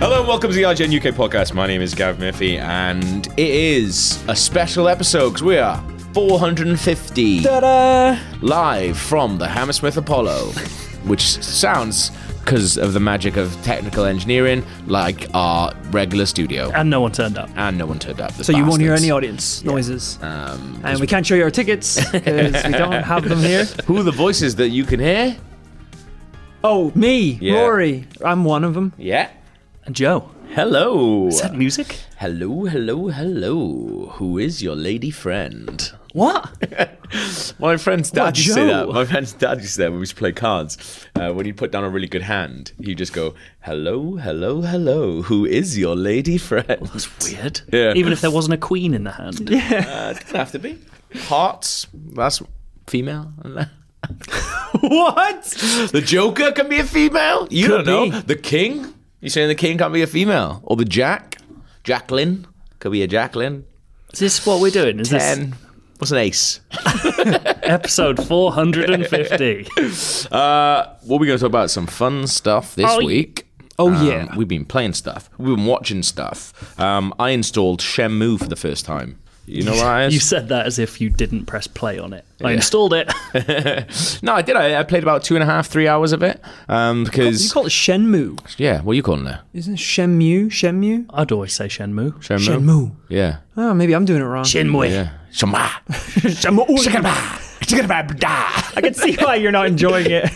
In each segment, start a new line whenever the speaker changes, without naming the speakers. Hello and welcome to the RGN UK podcast. My name is Gav Murphy, and it is a special episode because we are 450 live from the Hammersmith Apollo, which sounds, because of the magic of technical engineering, like our regular studio.
and no one turned up.
And no one turned up. the
So you won't hear
bastards. Uh, Um,
any audience noises. and we can't show you our tickets because we don't have them here.
Who are the voices that you can hear?
Oh, me,
Yeah.
Rory. I'm one of them.
Yeah.
And Joe.
Hello.
Is that music?
Hello, hello, hello. Who is your lady friend?
What?
My friend's dad
What,
used to say that.
Joe?
My friend's dad used to say that when we used to play cards. Uh, when he put down a really good hand, he'd just go, "Hello, hello, hello. Who is your lady friend?"
Weird.
Yeah.
Even if there wasn't a queen in the hand.
Uh, it doesn't have to be hearts. That's female.
What?
the Joker can be a female. You
Could
don't know.
be.
The King. You saying the King can't be a female? Or the Jack? Jacqueline could be a Jacqueline.
Is this what we're doing? Is this
And what's an ace?
episode 450?
Uh, what are we going to talk about? Some fun stuff this
Oh, y-
week.
oh,
Um,
yeah.
we've been playing stuff. We've been watching stuff. Um, I installed Shenmue for the first time. You know what I?
you said that as if you didn't press play on it. I installed it.
no, I did. I, I played about two and a half, three hours of it. Um, because
You call it Shenmue.
yeah, what are you calling it?
Isn't it Shenmue? Shenmue?
I'd always say Shenmue.
Shenmue.
Shenmue.
Yeah.
Oh, maybe I'm doing it wrong.
Shenmue.
Yeah. Shema.
Shenmue.
I
I can see why you're not enjoying it.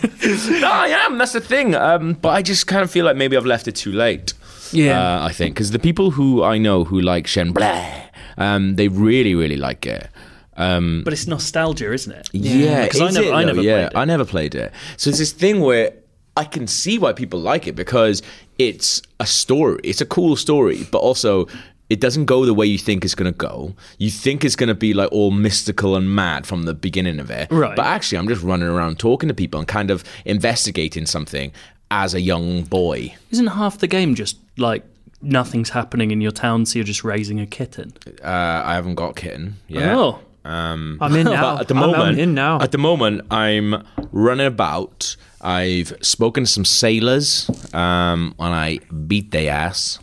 am. That's the thing. Um, but I just kind of feel like maybe I've left it too late.
Yeah.
uh, I think because the people who I know who like Shen Bleh, um, they really really like it.
But it's nostalgia, isn't it?
Yeah,
Because I
is
never-
it
I
though?
never
yeah,
played it.
I never played it. So it's this thing where I can see why people like it because it's a story. It's a cool story, but also it doesn't go the way you think it's going to go. You think it's going to be like all mystical and mad from the beginning of it.
Right.
But actually, I'm just running around talking to people and kind of investigating something as a young boy.
Isn't half the game just like nothing's happening in your town, so you're just raising a kitten?
Uh, I haven't got kitten. Yeah.
Oh,
I'm in
Um,
now.
But at the
I'm- I'm
moment,
in now.
At the moment, I'm running about. I've spoken to some sailors, um, and I beat their ass.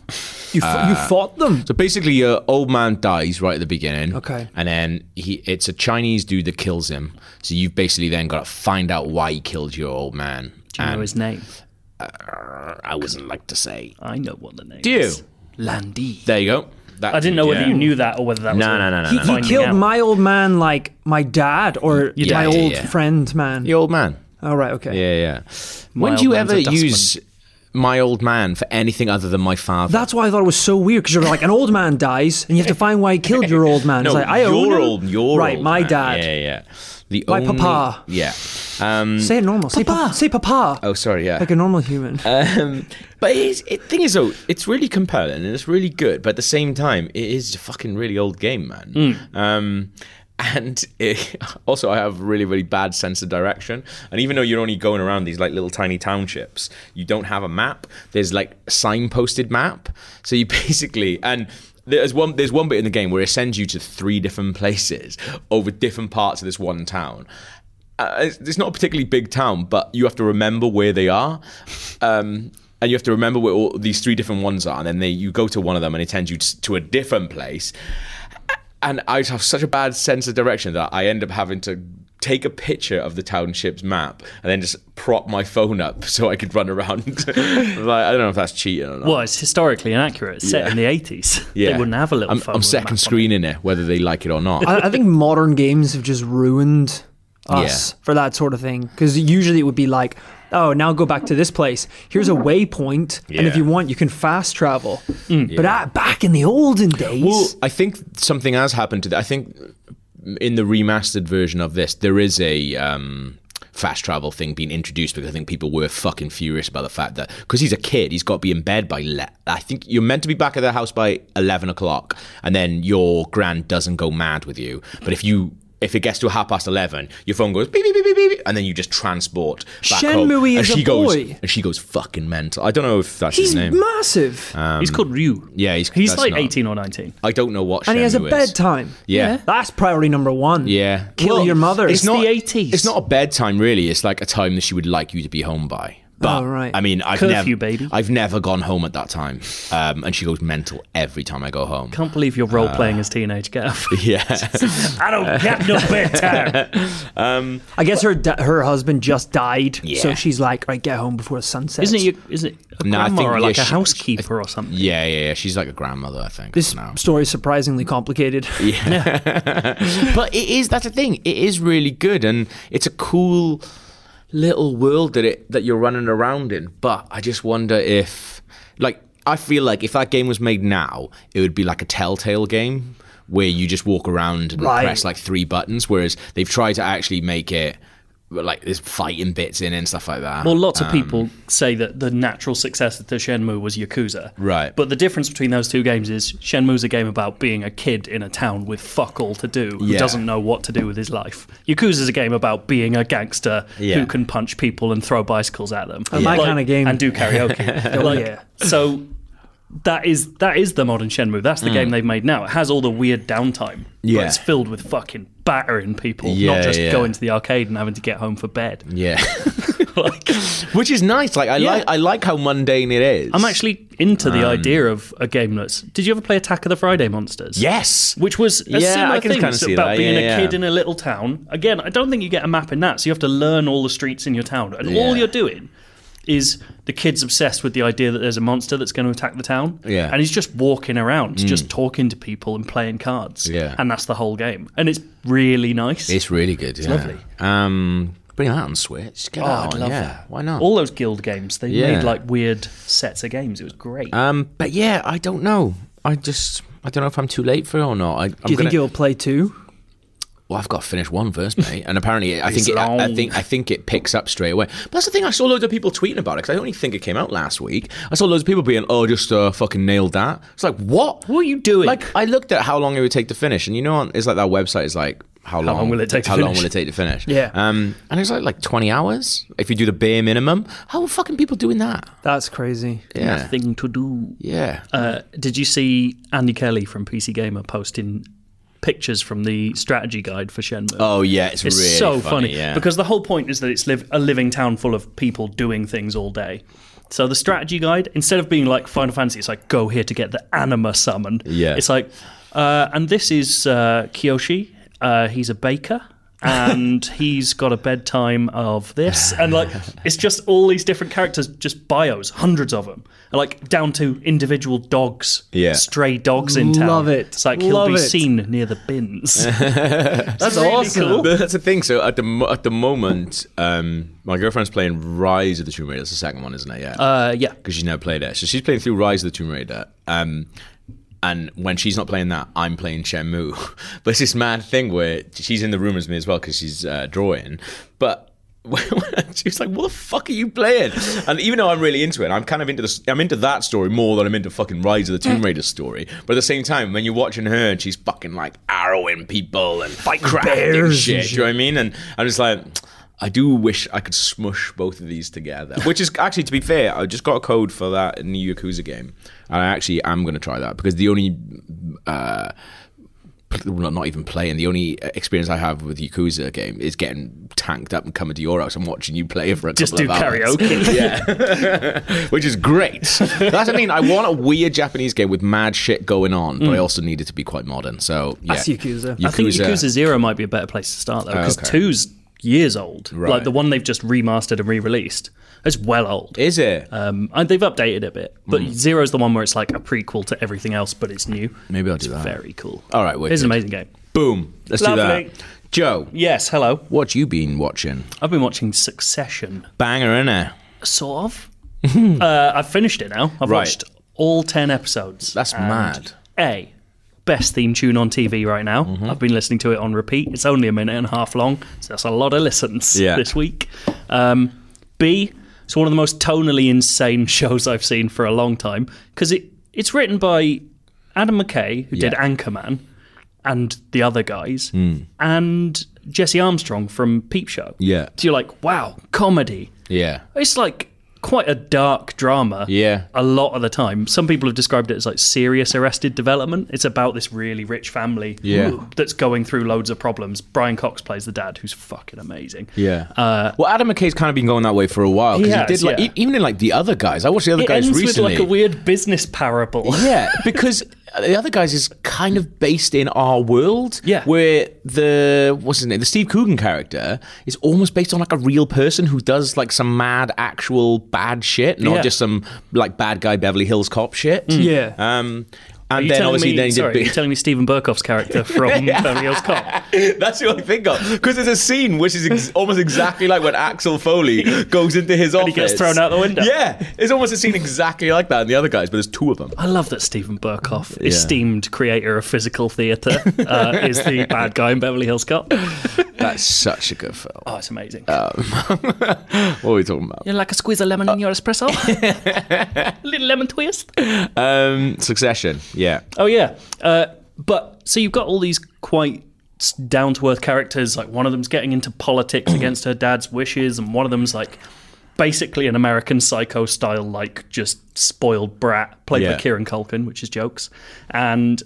you, fo- you fought them.
uh, So basically, your old man dies right at the beginning.
Okay.
And then he, it's a Chinese dude that kills him. So you've basically then got to find out why he killed your old man.
do you know his name?
I wasn't like to say.
I know what the name
Do you?
is. Landy.
There you go. That
I didn't know whether
yeah.
you knew that or whether that was.
No,
a-
no, no, no,
He,
no,
he
finding
killed
out.
my old man, like my dad or my
dad, yeah,
old
yeah.
friend, man.
The old man.
All right, okay.
Yeah, yeah. when
old
do you
man's
ever
a dustman.
use my old man for anything other than my father?
That's why I thought it was so weird because you're like an old man dies and you have to find why he killed your old man.
No,
it's like I
your
own him.
old, your
right,
old
my
man.
dad.
Yeah, yeah. The
My
only-
papa.
Yeah. Um,
Say it normal. Say papa. say papa.
oh, sorry. Yeah.
Like a normal human.
um, but it's, it thing is though, it's really compelling and it's really good. But at the same time, it is a fucking really old game, man. Um, and it, also, I have really, really bad sense of direction. And even though you're only going around these like little tiny townships, you don't have a map. There's like signposted map. So you basically and. There's one. There's one bit in the game where it sends you to three different places over different parts of this one town, uh, it's, it's not a particularly big town, but you have to remember where they are. Um, and you have to remember where all these three different ones are. And then they, you go to one of them and it sends you t- to a different place. And I just have such a bad sense of direction that I end up having to take a picture of the township's map and then just prop my phone up so I could run around. like, I don't know if that's cheating or not.
Well, it's historically inaccurate. It's set in the 80s. They wouldn't have a little
I'm,
phone.
I'm
with a map
second
on it.
screening it, whether they like it or not.
I, I think modern games have just ruined us
Yeah.
for that sort of thing because usually it would be like oh now go back to this place here's a waypoint and
Yeah. Mm.
if you want you can fast travel but ah, back in the olden days
Well, I think something has happened to that. I think in the remastered version of this, there is a um, fast travel thing being introduced because I think people were fucking furious about the fact that because he's a kid, he's got to be in bed by. Le- I think you're meant to be back at the house by eleven o'clock, and then your grand doesn't go mad with you. But if you if it gets to half past eleven, your phone goes beep beep beep beep, beep and then you just transport back home.
Shenmue
and
is
she
a
goes,
boy.
And she goes fucking mental. I don't know if that's
He's
his name.
massive,
Ah,
he's called Ryu.
um, yeah, he's
He's
that's
like
not-
18 or 19.
I don't know what.
and he has a
Shenmue is.
bedtime.
Yeah.
that's priority number one.
Yeah.
kill
Well,
your mother.
It's the 80s.
It's not a bedtime, really. It's like a time that she would like you to be home by. But
Oh, right.
I mean, I've never,
Curfew, baby.
I've never gone home at that time, um, and she goes mental every time I go home.
Can't believe you're role playing as teenage Gav.
Uh, Yeah,
I don't get no bedtime.
I guess her da- her husband just died,
Yeah.
so she's like, right, get home before sunset.
Isn't it, your, is it a
No, I
grandma
think,
or
yeah,
like
she-
a housekeeper or something?
yeah, yeah, yeah. She's like a grandmother, I think.
this
now.
story is surprisingly complicated?
but it is that's the thing it is really good and it's a cool little world that it that you're running around in but i just wonder if like i feel like if that game was made now it would be like a telltale game where you just walk around and
Right.
press like three buttons whereas they've tried to actually make it like there's fighting bits in it and stuff like that Um,
Well, lots of people say that the natural successor to Shenmue was Yakuza.
Right.
But the difference between those two games is Shenmue's a game about being a kid in a town with fuck all to do who
Yeah.
doesn't know what to do with his life. Yakuza's a game about being a gangster
Yeah.
who can punch people and throw bicycles at them.
Oh, my kinda game.
And do karaoke. like,
yeah.
So that is that is the modern Shenmue. That's the game they've made now. It has all the weird downtime.
Mm. Yeah.
But it's filled with fucking battering people,
Yeah,
not just
yeah.
going to the arcade and having to get home for bed.
yeah which is nice like i
Yeah.
like i like how mundane it is
I'm actually into
Um,
the idea of a game that's. Did you ever play Attack of the Friday Monsters?
yes
Which was a
Yeah,
similar
I can
thing
kinda
it's
see
about
that.
being
Yeah,
a
yeah.
kid in a little town. Again, I don't think you get a map in that, so you have to learn all the streets in your town. And all
Yeah.
you're doing is the kid's obsessed with the idea that there's a monster that's going to attack the town.
Yeah. Mm.
And he's just walking around, just talking to people and playing cards.
Yeah.
And that's the whole game. And it's really nice.
It's really good. yeah.
lovely.
Um, bring that on Switch. Get
Oh,
that
I'd
on,
love
yeah.
that.
Why not?
all those guild games, they
Yeah.
made like weird sets of games. It was great.
um, but yeah, I don't know. I just I don't know if I'm too late for it or not. I, I'm
Do you
gonna,
think you'll play two?
well, I've got to finish one first, mate. And apparently, I think
It's
it, I, I
long.
think I think it picks up straight away. But that's the thing. I saw loads of people tweeting about it because I only think it came out last week. I saw loads of people being, "Oh, just uh, fucking nailed that." It's like, what?
What are you doing?
Like, I looked at how long it would take to finish, and you know, on- it's like that website is like. How long,
long will it take to
How long
finish?
will it take to finish?
Yeah.
Um, and it's like like twenty hours if you do the bare minimum. How are fucking people doing that?
That's crazy.
Yeah.
Nothing to do.
Yeah.
Uh, did you see Andy Kelly from PC Gamer posting pictures from the strategy guide for Shenmue?
oh yeah, it's,
it's
really
so funny,
Yeah.
because the whole point is that it's live, a living town full of people doing things all day. So the strategy guide, instead of being like Final Fantasy, it's like go here to get the anima summoned.
Yeah.
it's like, uh, and this is uh, Kiyoshi. Uh, he's a baker. and he's got a bedtime of this, and like it's just all these different characters, just bios, hundreds of them, like down to individual dogs,
Yeah.
stray dogs in town.
Love it.
It's like he'll
Love
be
it.
seen near the bins. That's
awesome.
But that's the thing. So at the mo- at the moment, um, my girlfriend's playing Rise of the Tomb Raider. That's the second one, isn't it? Yeah.
Uh, yeah.
because she's never played it. So she's playing through Rise of the Tomb Raider. Um, and when she's not playing that, I'm playing Shenmue. but it's this mad thing where she's in the room as me as well because she's uh, drawing. But she's like, "What the fuck are you playing?" And even though I'm really into it, I'm kind of into this. I'm into that story more than I'm into fucking Rise of the Tomb Raider story. But at the same time, when you're watching her and she's fucking like arrowing people and fight crafting
bears
shit,
and
do you know what I mean? And I'm just like. I do wish I could smush both of these together. Which is actually, to be fair, I just got a code for that in the Yakuza game, and I actually am going to try that because the only, uh, pl- well, not even playing, the only uh, experience I have with Yakuza game is getting tanked up and coming to your house and watching you play for a
Just
couple
do
of hours.
karaoke.
yeah, which is great. That's what I mean. I want a weird Japanese game with mad shit going on, but I also need it to be quite modern. So yeah,
That's Yakuza.
I think Mm. Yakuza Zero might be a better place to start though, because
Oh, okay.
two's years old.
Right.
Like the one they've just remastered and re-released. It's well old.
is it? Mm.
um, and they've updated it a bit, but Zero's the one where it's like a prequel to everything else, but it's new.
Maybe I'll
it's
do that.
Very cool.
All right, wicked.
it's an amazing game.
Boom. Let's do
Lovely.
that. Joe,
Yes, hello.
what you been watching?
I've been watching Succession,
Banger, innit?
sort of. uh, I've finished it now. I've
Right.
watched all ten episodes.
That's
and
mad.
A, best theme tune on TV right now.
Mm-hmm.
I've been listening to it on repeat. It's only a minute and a half long, so that's a lot of listens
Yeah.
this week. Um, B, it's one of the most tonally insane shows I've seen for a long time because it it's written by Adam McKay, who did
Yeah. Hmm.
Anchorman, and the other guys, and Jesse Armstrong from Peep Show.
Yeah.
So you're like, wow, comedy.
Yeah.
It's like quite a dark drama.
Yeah.
A lot of the time. Some people have described it as like serious arrested development. It's about this really rich family
Yeah.
that's going through loads of problems. Brian Cox plays the dad, who's fucking amazing. Uh,
Yeah. well, Adam McKay's kind of been going that way for a while because
He
he,
has,
did like
yeah.
e- even in like the other guys. I watched the other
It
guys
ends
recently.
with like a weird business parable.
yeah, because the other guys is kind of based in our world.
Yeah.
where the what's his name, the Steve Coogan character is almost based on like a real person who does like some mad, actual bad shit, not
Yeah. Mm.
just some like bad guy Beverly Hills cop shit.
Yeah.
Um, and
Are you
then
telling
obviously
me,
then he did
sorry,
big-
you're telling me Stephen Burkoff's character from Beverly Hills Cop?
That's the only thing of because there's a scene which is ex- almost exactly like when Axel Foley goes into his office.
he gets thrown out the window.
Yeah, it's almost a scene exactly like that. And the other guys, but there's two of them.
I love that Stephen Burkoff,
Yeah.
esteemed creator of physical theatre, uh, is the bad guy in Beverly Hills Cop.
That's such a good film.
Oh, it's amazing.
Uh, What are we talking about?
You like a squeeze of lemon in your espresso? Little lemon twist.
Um, Succession. Yeah.
Oh yeah. Uh, but so you've got all these quite down to earth characters. Like one of them's getting into politics against her dad's wishes, and one of them's like basically an American Psycho style, like just spoiled brat, played by
Yeah.
Kieran Culkin, which is jokes. And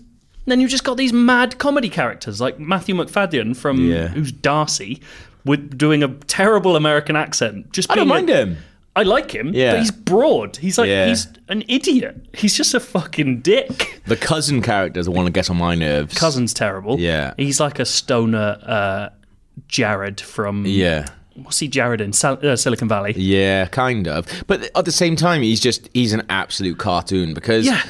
then you've just got these mad comedy characters like Matthew McFadden from
Yeah.
who's Darcy. With doing a terrible American accent, just
I don't
being a-
mind him.
I like him,
Yeah.
but he's broad. He's like
Yeah.
he's an idiot. He's just a fucking dick.
The cousin characters are one that gets on my nerves.
Cousin's terrible.
Yeah.
he's like a stoner uh, Jared from
Yeah.
what's he Jared in Sal- uh, Silicon Valley?
Yeah, kind of. But at the same time, he's just he's an absolute cartoon because
Yeah.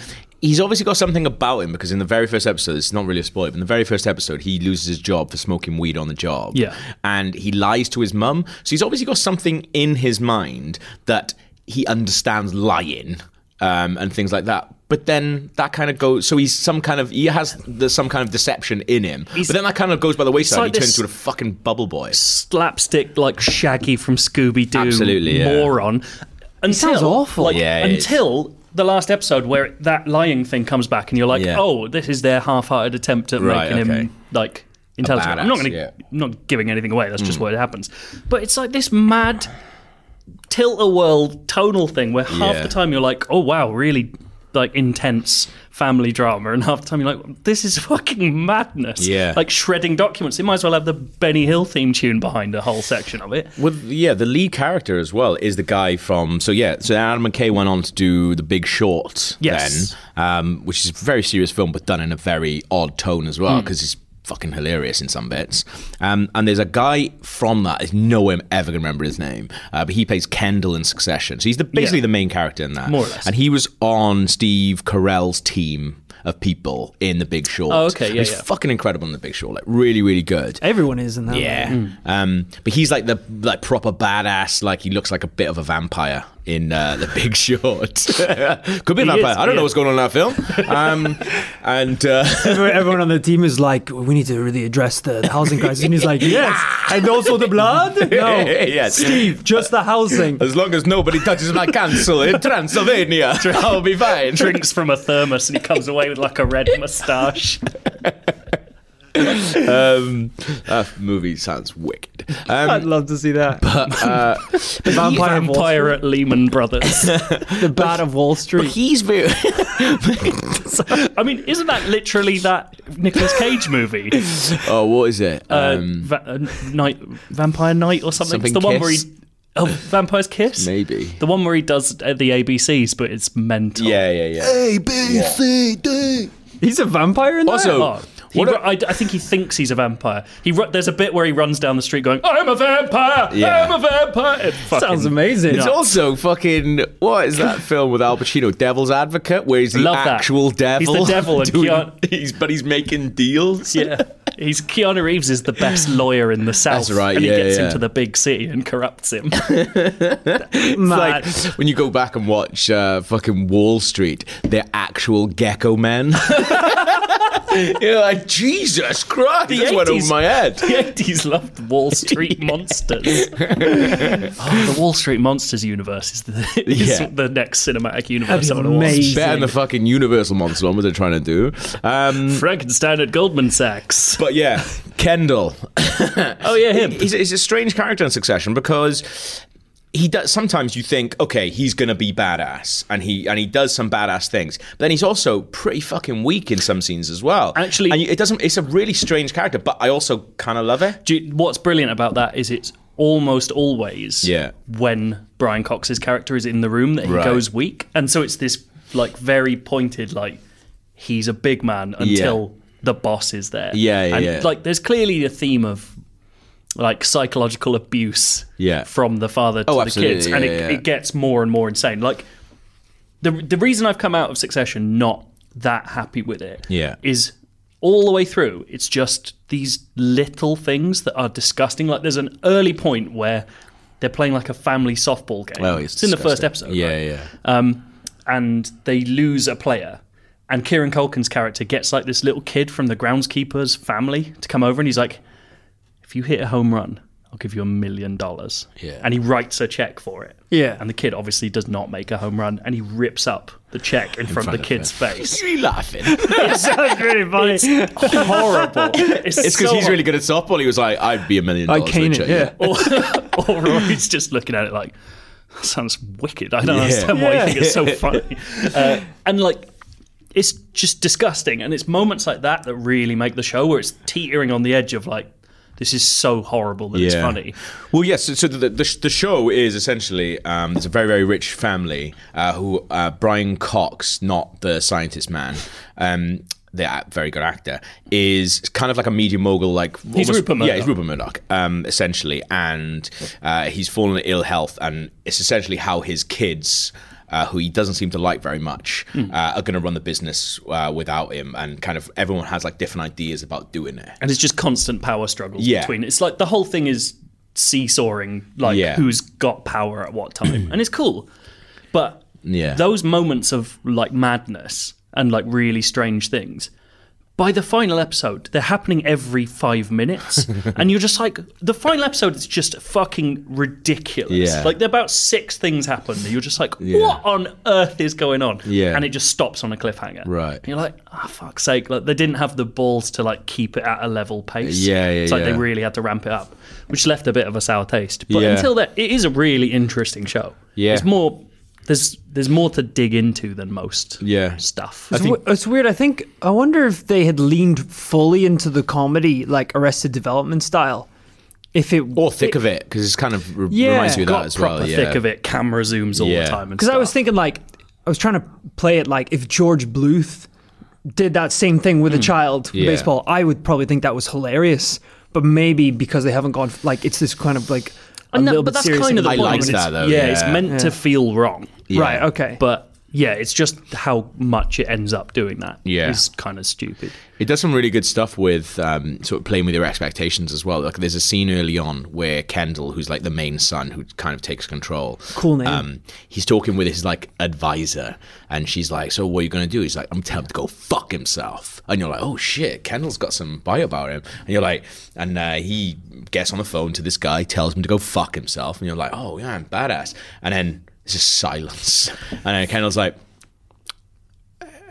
he's obviously got something about him because in the very first episode, it's not really a spoiler, but in the very first episode, he loses his job for smoking weed on the job.
Yeah.
And he lies to his mum. So he's obviously got something in his mind that he understands lying um, and things like that. But then that kind of goes. So he's some kind of he has the, some kind of deception in him. but then that kind of goes by the wayside.
like
and he
this-
turns into a fucking bubble boy.
Slapstick like Shaggy from Scooby Doo.
Absolutely, yeah.
moron. Until,
sounds awful.
Like,
Yeah, it is.
until the last episode where that lying thing comes back, and you're like,
Yeah.
oh, this is their half-hearted attempt at
Right,
making
okay.
him like. Intelligent. I'm not
badass,
going to.
yeah. Mm.
Not giving anything away. That's just where it happens. But it's like this mad tilt-a-whirl tonal thing where half
Yeah.
the time you're like, oh wow, really like intense family drama, and half the time you're like, this is fucking madness.
Yeah.
Like shredding documents. It might as well have the Benny Hill theme tune behind a whole section of it.
With yeah, the lead character as well is the guy from so yeah, so Adam McKay went on to do The Big Short,
Yes.
then, um, which is a very serious film, but done in a very odd tone as
Hmm.
well because it's fucking hilarious in some bits. Um, and there's a guy from that. There's no way I'm ever gonna remember his name, uh, but he plays Kendall in Succession. So he's the, basically
Yeah.
the main character in that,
More or less.
And he was on Steve Carell's team of people in The Big Short.
Oh, okay, yeah,
he's
yeah.
fucking incredible in The Big Short, like really, really good.
Everyone is in that.
Yeah.
Mm.
Um, but he's like the like proper badass. Like he looks like a bit of a vampire in uh, The Big Short. Could be a
He
vampire.
is,
I don't know
yeah.
what's going on in that film. Um, and uh,
Everyone, everyone on the team is like, we need to really address the, the housing crisis. And he's like, yes. And also the blood? No.
Yes.
Steve, just the housing.
as long as nobody touches my council in Transylvania, I'll be fine.
Drinks from a thermos and he comes away with like a red moustache.
Um, that movie sounds wicked.
I'd
Um,
love to see that.
but, uh,
the vampire, of Wall-
Vampire at Lehman Brothers.
the bat of Wall Street.
he's very.
I mean, isn't that literally that Nicolas Cage movie?
oh, what is it?
Uh,
Um,
va- uh, night, Vampire Night or something?
Something
it's the one where he.
Kiss?
Oh, Vampire's Kiss?
maybe.
The one where he does uh, the ABCs, but it's mental.
Yeah, yeah, yeah.
A, B, C, D.
He's a vampire in that?
Also,
Oh. He, ru- I, I think he thinks he's a vampire. He ru- there's a bit where he runs down the street going, "I'm a vampire!
Yeah.
I'm a vampire!" It fucking-
Sounds amazing.
It's also fucking what is that film with Al Pacino, Devil's Advocate, where he's the
Love that.
actual
He's
devil.
the devil and Keanu-
he's but he's making deals.
Yeah. He's Keanu Reeves is the best lawyer in the South.
That's right,
And
yeah,
he gets
yeah.
him to the big city and corrupts him.
It's like when you go back and watch uh, fucking Wall Street, they're actual gecko men. You're like Jesus Christ,
The
this went over
80s.
my head.
the 80s loved Wall Street monsters. oh, the Wall Street monsters universe is the, is
Yeah.
the next cinematic
That'd
universe
be
I want to watch.
amazing.
Better than the fucking Universal Monster one, what they're trying to do. Um,
Frankenstein at Goldman Sachs.
but yeah, Kendall.
Oh yeah, him.
He's, he's a strange character in Succession because he does. Sometimes you think, okay, he's gonna be badass, and he and he does some badass things. But then he's also pretty fucking weak in some scenes as well.
Actually-
and you- it doesn't. It's a really strange character, but I also kind of love it.
Do you- what's brilliant about that is it's almost always
Yeah.
when Brian Cox's character is in the room that he
Right.
goes weak, and so it's this like very pointed like he's a big man until the boss is there.
Yeah, yeah,
and,
yeah.
Like there's clearly a theme of like psychological abuse
Yeah.
from the father to
Oh,
the kids,
absolutely,
and
yeah,
it,
yeah.
it gets more and more insane. Like the the reason I've come out of Succession not that happy with it
Yeah.
is all the way through. It's just these little things that are disgusting. Like there's an early point where they're playing like a family softball game. it's in the first episode.
Oh, Yeah,
right?
yeah.
And they lose a player. And Kieran Culkin's character gets like this little kid from the groundskeeper's family to come over and he's like, If you hit a home run, I'll give you a million dollars.
Yeah.
And he writes a check for it.
Yeah.
And the kid obviously does not make a home run and he rips up the check in, front, of the
front
kid's face.
You laughing? it's
That's really funny.
Horrible. It's
because
so
he's really good at softball. He was like, I'd be a million
I
dollars. for a
cane it,
check,
yeah.
or, or Rory's just looking at it like, that sounds wicked. I don't understand why
Yeah.
you think it's so funny. Uh, and like, it's just disgusting. And it's moments like that that really make the show where it's teetering on the edge of like, this is so horrible that it's
Yeah.
funny.
Well, yes. So, so the, the sh- the show is essentially um, it's a very very rich family uh, who uh, Brian Cox, not the scientist man. Um, the a- very good actor is kind of like a media mogul, like he's
Rupert
Yeah, he's
Murdoch.
Rupert Murdoch, um, essentially, and uh, he's fallen in ill health, and it's essentially how his kids. Uh, who he doesn't seem to like very much
Hmm.
uh, are going to run the business uh, without him, and kind of everyone has like different ideas about doing it.
And it's just constant power struggles
Yeah.
between. It's like the whole thing is seesawing, like
Yeah.
who's got power at what time. and it's cool. But
Yeah.
those moments of like madness and like really strange things. By the final episode, they're happening every five minutes, and you're just like, the final episode is just fucking ridiculous.
Yeah.
Like, there are about six things happen that you're just like, what on earth is going on?
Yeah.
and it just stops on a cliffhanger.
Right.
and you're like, ah, fuck's sake! Like, they didn't have the balls to like keep it at a level pace.
Yeah, yeah,
It's like
yeah.
they really had to ramp it up, which left a bit of a sour taste. But
Yeah.
until then, it is a really interesting show.
Yeah.
It's more there's there's more to dig into than most
Yeah.
stuff.
It's, w- it's weird. I think I wonder if they had leaned fully into the comedy, like Arrested Development style. If it
Or thick of it, because it's kind of re-
Yeah.
reminds me of that
Got
as
proper
well. Yeah.
thick of it. Camera zooms all
Yeah.
the time. and
Because I was
stuff.
thinking, like, I was trying to play it like if George Bluth did that same thing with a child in
Yeah.
baseball, I would probably think that was hilarious. But maybe because they haven't gone, like, it's this kind of like a
And that- Uh,
little
but
bit
that's
serious.
kind of the
I
point.
liked
is
that,
it's-
though,
Yeah,
yeah.
it's meant to feel wrong.
Right, okay.
But yeah, it's just how much it ends up doing that.
Yeah.
is kind of stupid.
It does some really good stuff with um, sort of playing with your expectations as well. Like there's a scene early on where Kendall, who's like the main son, who kind of takes control. um,
Cool name.
he's talking with his like advisor, and she's like, "So what are you gonna do?" He's like, "I'm telling him to go fuck himself." And you're like, "Oh shit, Kendall's got some bio about him." And you're like, and uh, he gets on the phone to this guy, tells him to go fuck himself, and you're like, "Oh yeah, I'm badass." And then it's just silence, and then Kendall's like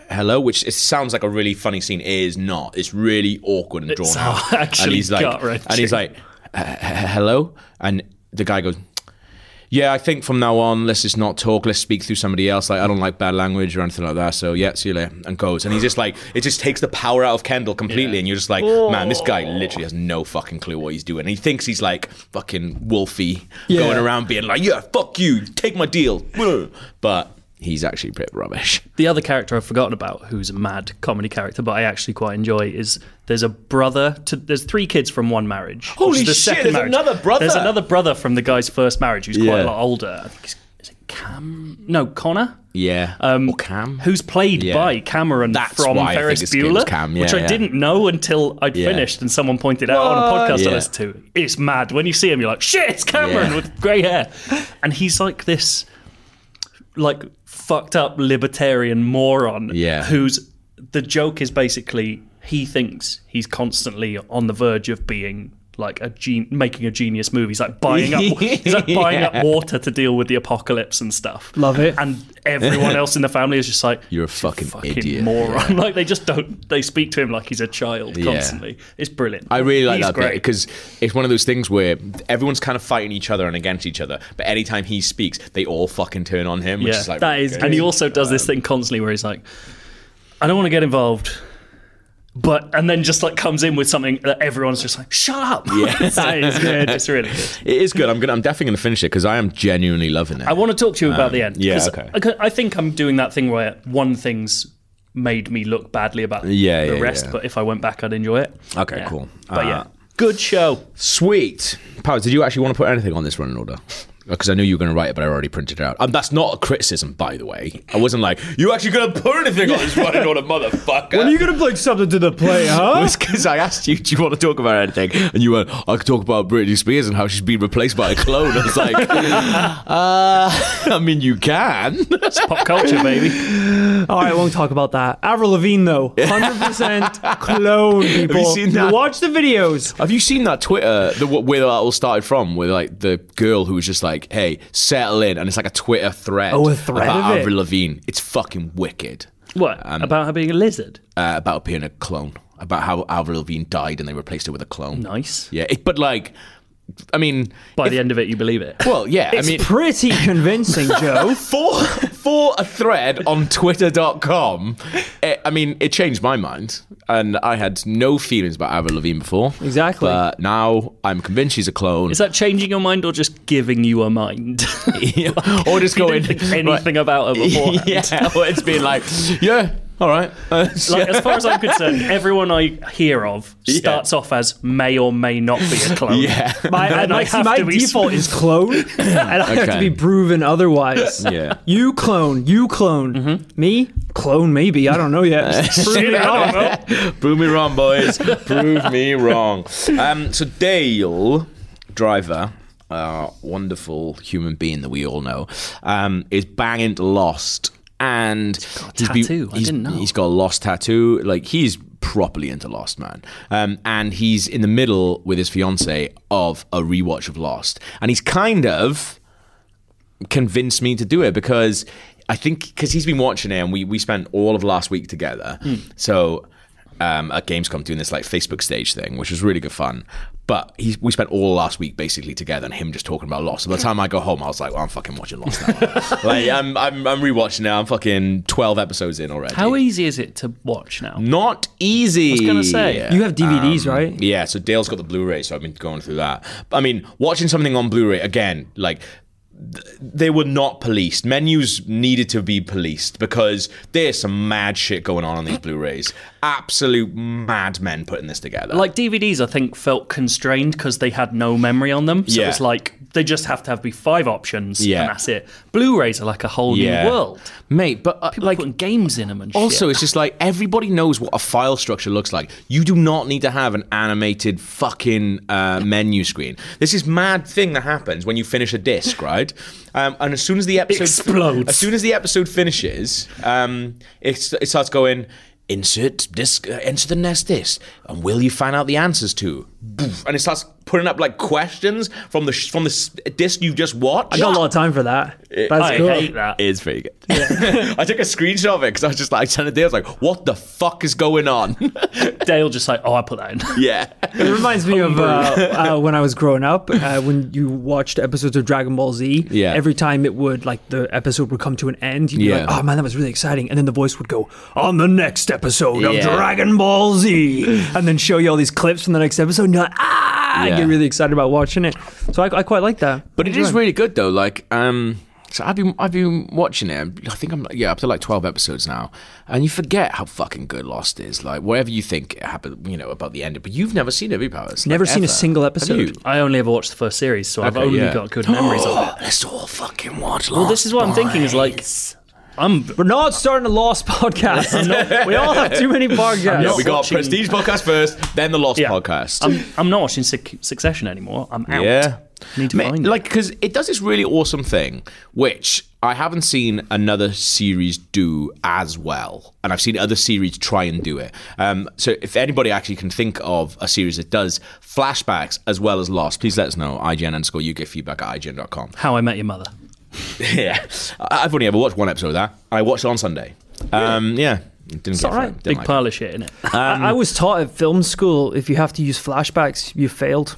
hello, which it sounds like a really funny scene. It is not. It's really awkward and drawn out.
actually
and he's like,
gut-wrenching.
and he's like, "H- h- hello, and the guy goes. Yeah, I think from now on, let's just not talk. Let's speak through somebody else. Like, I don't like bad language or anything like that. So, yeah, see you later. And goes. And he's just like, it just takes the power out of Kendall completely. And you're just like,
Oh.
man, this guy literally has no fucking clue what he's doing. And he thinks he's like fucking Wolfie going around being like, yeah, fuck you, take my deal. But he's actually pretty rubbish.
The other character I've forgotten about, who's a mad comedy character, but I actually quite enjoy, is there's a brother to there's three kids from one marriage. which
Holy
is the
shit,
second
there's
marriage.
another brother!
There's another brother from the guy's first marriage who's quite
Yeah.
a lot older. I think he's, is it Cam? No, Connor.
Yeah.
Um,
or Cam.
who's played
Yeah.
by Cameron
That's
from
why I think
Ferris
his name's
Bueller,
Cam, yeah,
which I
yeah.
didn't know until I'd
Yeah.
finished and someone pointed out on a podcast
Yeah.
I listened to. It's mad when you see him, you're like, shit, it's Cameron
Yeah.
with grey hair, and he's like this, like fucked up libertarian moron,
Yeah.
who's the joke is basically he thinks he's constantly on the verge of being. Like a gen- making a genius movie, he's like buying up, he's like buying up water to deal with the apocalypse and stuff.
Love it.
And everyone else in the family is just like,
You're a fucking,
fucking
idiot.
moron. like they just don't. They speak to him like he's a child
Yeah.
constantly. It's brilliant.
I really like
he's
that bit
great.
because it's one of those things where everyone's kind of fighting each other and against each other, but anytime he speaks, they all fucking turn on him, which
yeah,
is like
that
really
is.
good.
And he also does this thing constantly where he's like, I don't want to get involved. But and then just like comes in with something that everyone's just like, shut up. Yeah, that is good. It's really good.
It is good. I'm gonna. I'm definitely gonna finish it because I am genuinely loving it.
I want to talk to you about the end.
Um, yeah,
'cause
okay.
I c- I think I'm doing that thing where one thing's made me look badly about
Yeah,
the
yeah,
rest,
yeah.
but if I went back, I'd enjoy it.
Okay,
Yeah.
cool.
But
Uh,
yeah, good show.
Sweet, Powers. Did you actually want to put anything on this running order? Because I knew you were going to write it, but I already printed it out. And that's not a criticism, by the way. I wasn't like, you actually going to put anything on this running order, motherfucker.
When are you gonna bring something to the play,
It
huh?
was because I asked you, do you want to talk about anything? And you went, I could talk about Britney Spears and how she's been replaced by a clone. I was like, uh, I mean, you can.
It's pop culture, baby.
All right, I won't talk about that. Avril Lavigne, though, hundred percent clone people.
seen that?
Watch the videos.
Have you seen that Twitter, the, where that all started from, where like the girl who was just like, hey, settle in. And it's like a Twitter thread.
Oh, a thread
About
of it.
Avril Lavigne. It's fucking wicked.
What about her being a lizard?
Um, Uh, about being a clone. About how Avril Lavigne died and they replaced her with a clone.
Nice.
Yeah, it, but like, I mean,
By the end of it, you believe it.
well, yeah, I
It's
mean,
pretty convincing, Joe.
for for a thread on twitter.com it, i mean it changed my mind and i had no feelings about avril lavigne before
Exactly.
but now i'm convinced she's a clone
Is that changing your mind or just giving you a mind?
or just
you
going
didn't think anything about her beforehand.
yeah or it's being like yeah all right Uh,
Like, as far as I'm concerned, everyone I hear of starts off as may or may not be a clone.
yeah
My,
And I
my,
have
my
to be-
default is clone, and I have
Okay.
to be proven otherwise.
Yeah.
You clone, you clone.
Mm-hmm.
Me? Clone, maybe. I don't know yet. Prove me wrong.
prove me wrong boys prove me wrong um, so dale driver uh, wonderful human being that we all know um, is banging lost and he's
a
been-
tattoo. I
he's-
didn't know.
he's got a lost tattoo like he's properly into lost man um, and he's in the middle with his fiance of a rewatch of lost and he's kind of convinced me to do it because I think because he's been watching it and we we spent all of last week together.
Hmm.
So um, at Gamescom doing this like Facebook stage thing, which was really good fun. But he, we spent all last week basically together and him just talking about Lost. And by the time I go home, I was like, well, I'm fucking watching Lost now. like I'm, I'm I'm rewatching now. I'm fucking twelve episodes in already.
How easy is it to watch now?
Not easy. I was
gonna say.
You have DVDs, right?
Um, yeah, so Dale's got the Blu-ray, so I've been going through that. But, I mean, watching something on Blu-ray again, like th- they were not policed. Menus needed to be policed because there's some mad shit going on on these Blu-rays. Absolute madmen putting this together.
Like DVDs, I think felt constrained because they had no memory on them. So
Yeah.
it's like they just have to have be five options,
Yeah.
and that's it. Blu-rays are like a whole
Yeah.
new world.
mate, but uh,
People
like
putting games in them and
Also,
shit.
it's just like everybody knows what a file structure looks like. You do not need to have an animated fucking uh, menu screen. This is mad thing that happens when you finish a disc, right? Um, and as soon as the episode
Explodes.
as soon as the episode finishes, um, it, it starts going. Insert disc. Uh, enter the next disc, and will you find out the answers to? Boof. And it starts putting up like questions from the sh- from the s- disc you just watched.
I got a lot of time for that. That's
I
cool.
hate that.
It is pretty good. I took a screenshot of it because I was just like, trying to deal. I was like, what the fuck is going on?
Dale just like, oh, I put that in.
yeah.
It reminds me of uh, uh, when I was growing up, uh, when you watched episodes of Dragon Ball Z.
Yeah.
Every time it would, like, the episode would come to an end, you'd
Yeah.
be like, oh man, that was really exciting. And then the voice would go, on the next episode of
Yeah.
Dragon Ball Z. And then show you all these clips from the next episode, and you're like, ah, I
Yeah.
get really excited about watching it. So I, I quite like that.
But it is really good though. Like, um, So I've been I've been watching it. I think I'm yeah up to like twelve episodes now, and you forget how fucking good Lost is. Like whatever you think happened, you know about the ending, but you've never seen it, have you, Powers?
Never
Like,
seen a
ever.
single
Have
episode.
you?
I only ever watched the first series, so I've
Okay,
only
yeah.
got good memories of
Oh,
it.
Let's all fucking watch Lost.
Well, this is what I'm thinking is like, I'm
We're not starting a lost podcast. we all have too many podcasts.
Yeah, we got
watching-
Prestige podcast first, then the Lost
yeah,
podcast.
I'm, I'm not watching Suc- Succession anymore. I'm out.
Yeah.
Need to
Ma-
find it.
like because it does this really awesome thing, which I haven't seen another series do as well, and I've seen other series try and do it. Um, so if anybody actually can think of a series that does flashbacks as well as Lost, please let us know. IGN underscore UK feedback at IGN.com.
How I Met Your Mother.
yeah, I- I've only ever watched one episode of that. I watched it on Sunday. Um, yeah, didn't it's get
alright.
Didn't
Big
like it. Uh,
pile of shit in it.
I, I was taught at film school if you have to use flashbacks, you failed.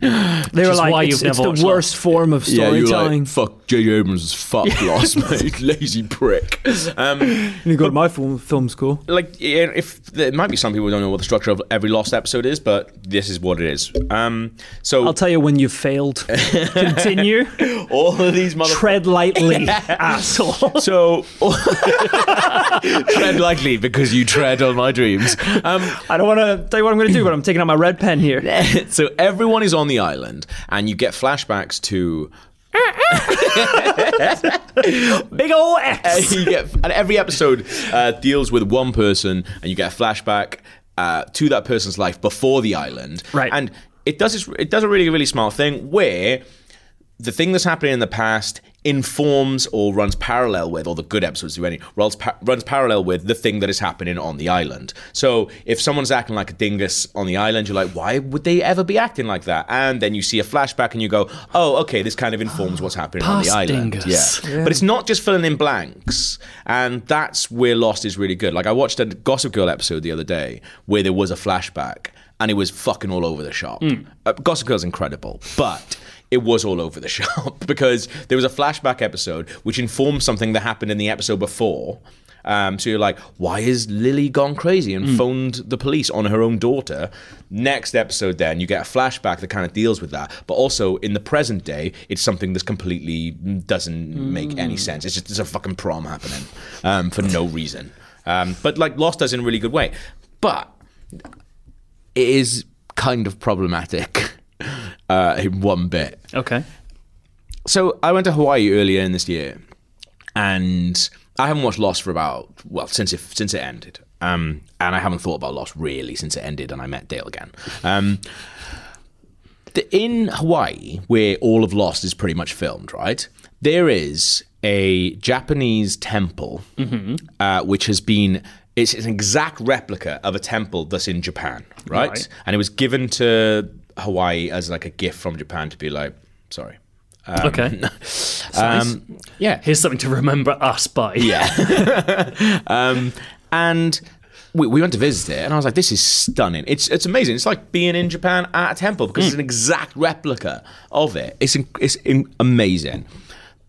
They were
is why
like, it's,
you've never
it's
watched
the worst form of
Yeah, you were
storytelling.
like, fuck J.J. Abrams is fuck Lost, mate, lazy prick. Um,
you go to my film, film school.
like yeah, if there might be some people who don't know what the structure of every lost episode is but this is what it is um so
I'll tell you when you've failed. Continue.
all of these mother
Tread lightly, asshole.
so tread lightly because you tread on my dreams um
I don't want to tell you what I'm going to do, but I'm taking out my red pen here.
so everyone is on the island and you get flashbacks to
Big ol' X.
you get, and every episode uh, deals with one person, and you get a flashback uh, to that person's life before the island.
Right.
And it does this, it does a really really smart thing where the thing that's happening in the past informs or runs parallel with, or the good episodes do any, runs, pa- runs parallel with the thing that is happening on the island. So if someone's acting like a dingus on the island, you're like, why would they ever be acting like that? And then you see a flashback and you go, oh, okay, this kind of informs what's happening on the
Past
island.
dingus.
Yeah. But it's not just filling in blanks. And that's where Lost is really good. Like I watched a Gossip Girl episode the other day where there was a flashback and it was fucking all over the shop. Uh, Gossip Girl's incredible, but it was all over the shop because there was a flashback episode which informed something that happened in the episode before. Um, so you're like, why is Lily gone crazy and phoned the police on her own daughter? Next episode, then you get a flashback that kind of deals with that, but also in the present day, it's something that's completely mm, doesn't make any sense. It's just there's a fucking prom happening um, for no reason. Um, but like Lost does in a really good way, but it is kind of problematic uh, in one bit
Okay.
so I went to Hawaii earlier in this year, and I haven't watched Lost for about well since it since it ended, um, and I haven't thought about Lost really since it ended, and I met Dale again. Um, the, in Hawaii, where all of Lost is pretty much filmed, right? There is a Japanese temple uh, which has been. It's an exact replica of a temple that's in Japan, right?
Right.
And it was given to Hawaii as like a gift from Japan to be like, sorry,
okay.
um, yeah.
Here's something to remember us by.
Yeah. um, and we, we went to visit it, and I was like, "This is stunning. It's it's amazing. It's like being in Japan at a temple because it's an exact replica of it. It's in, it's in, amazing."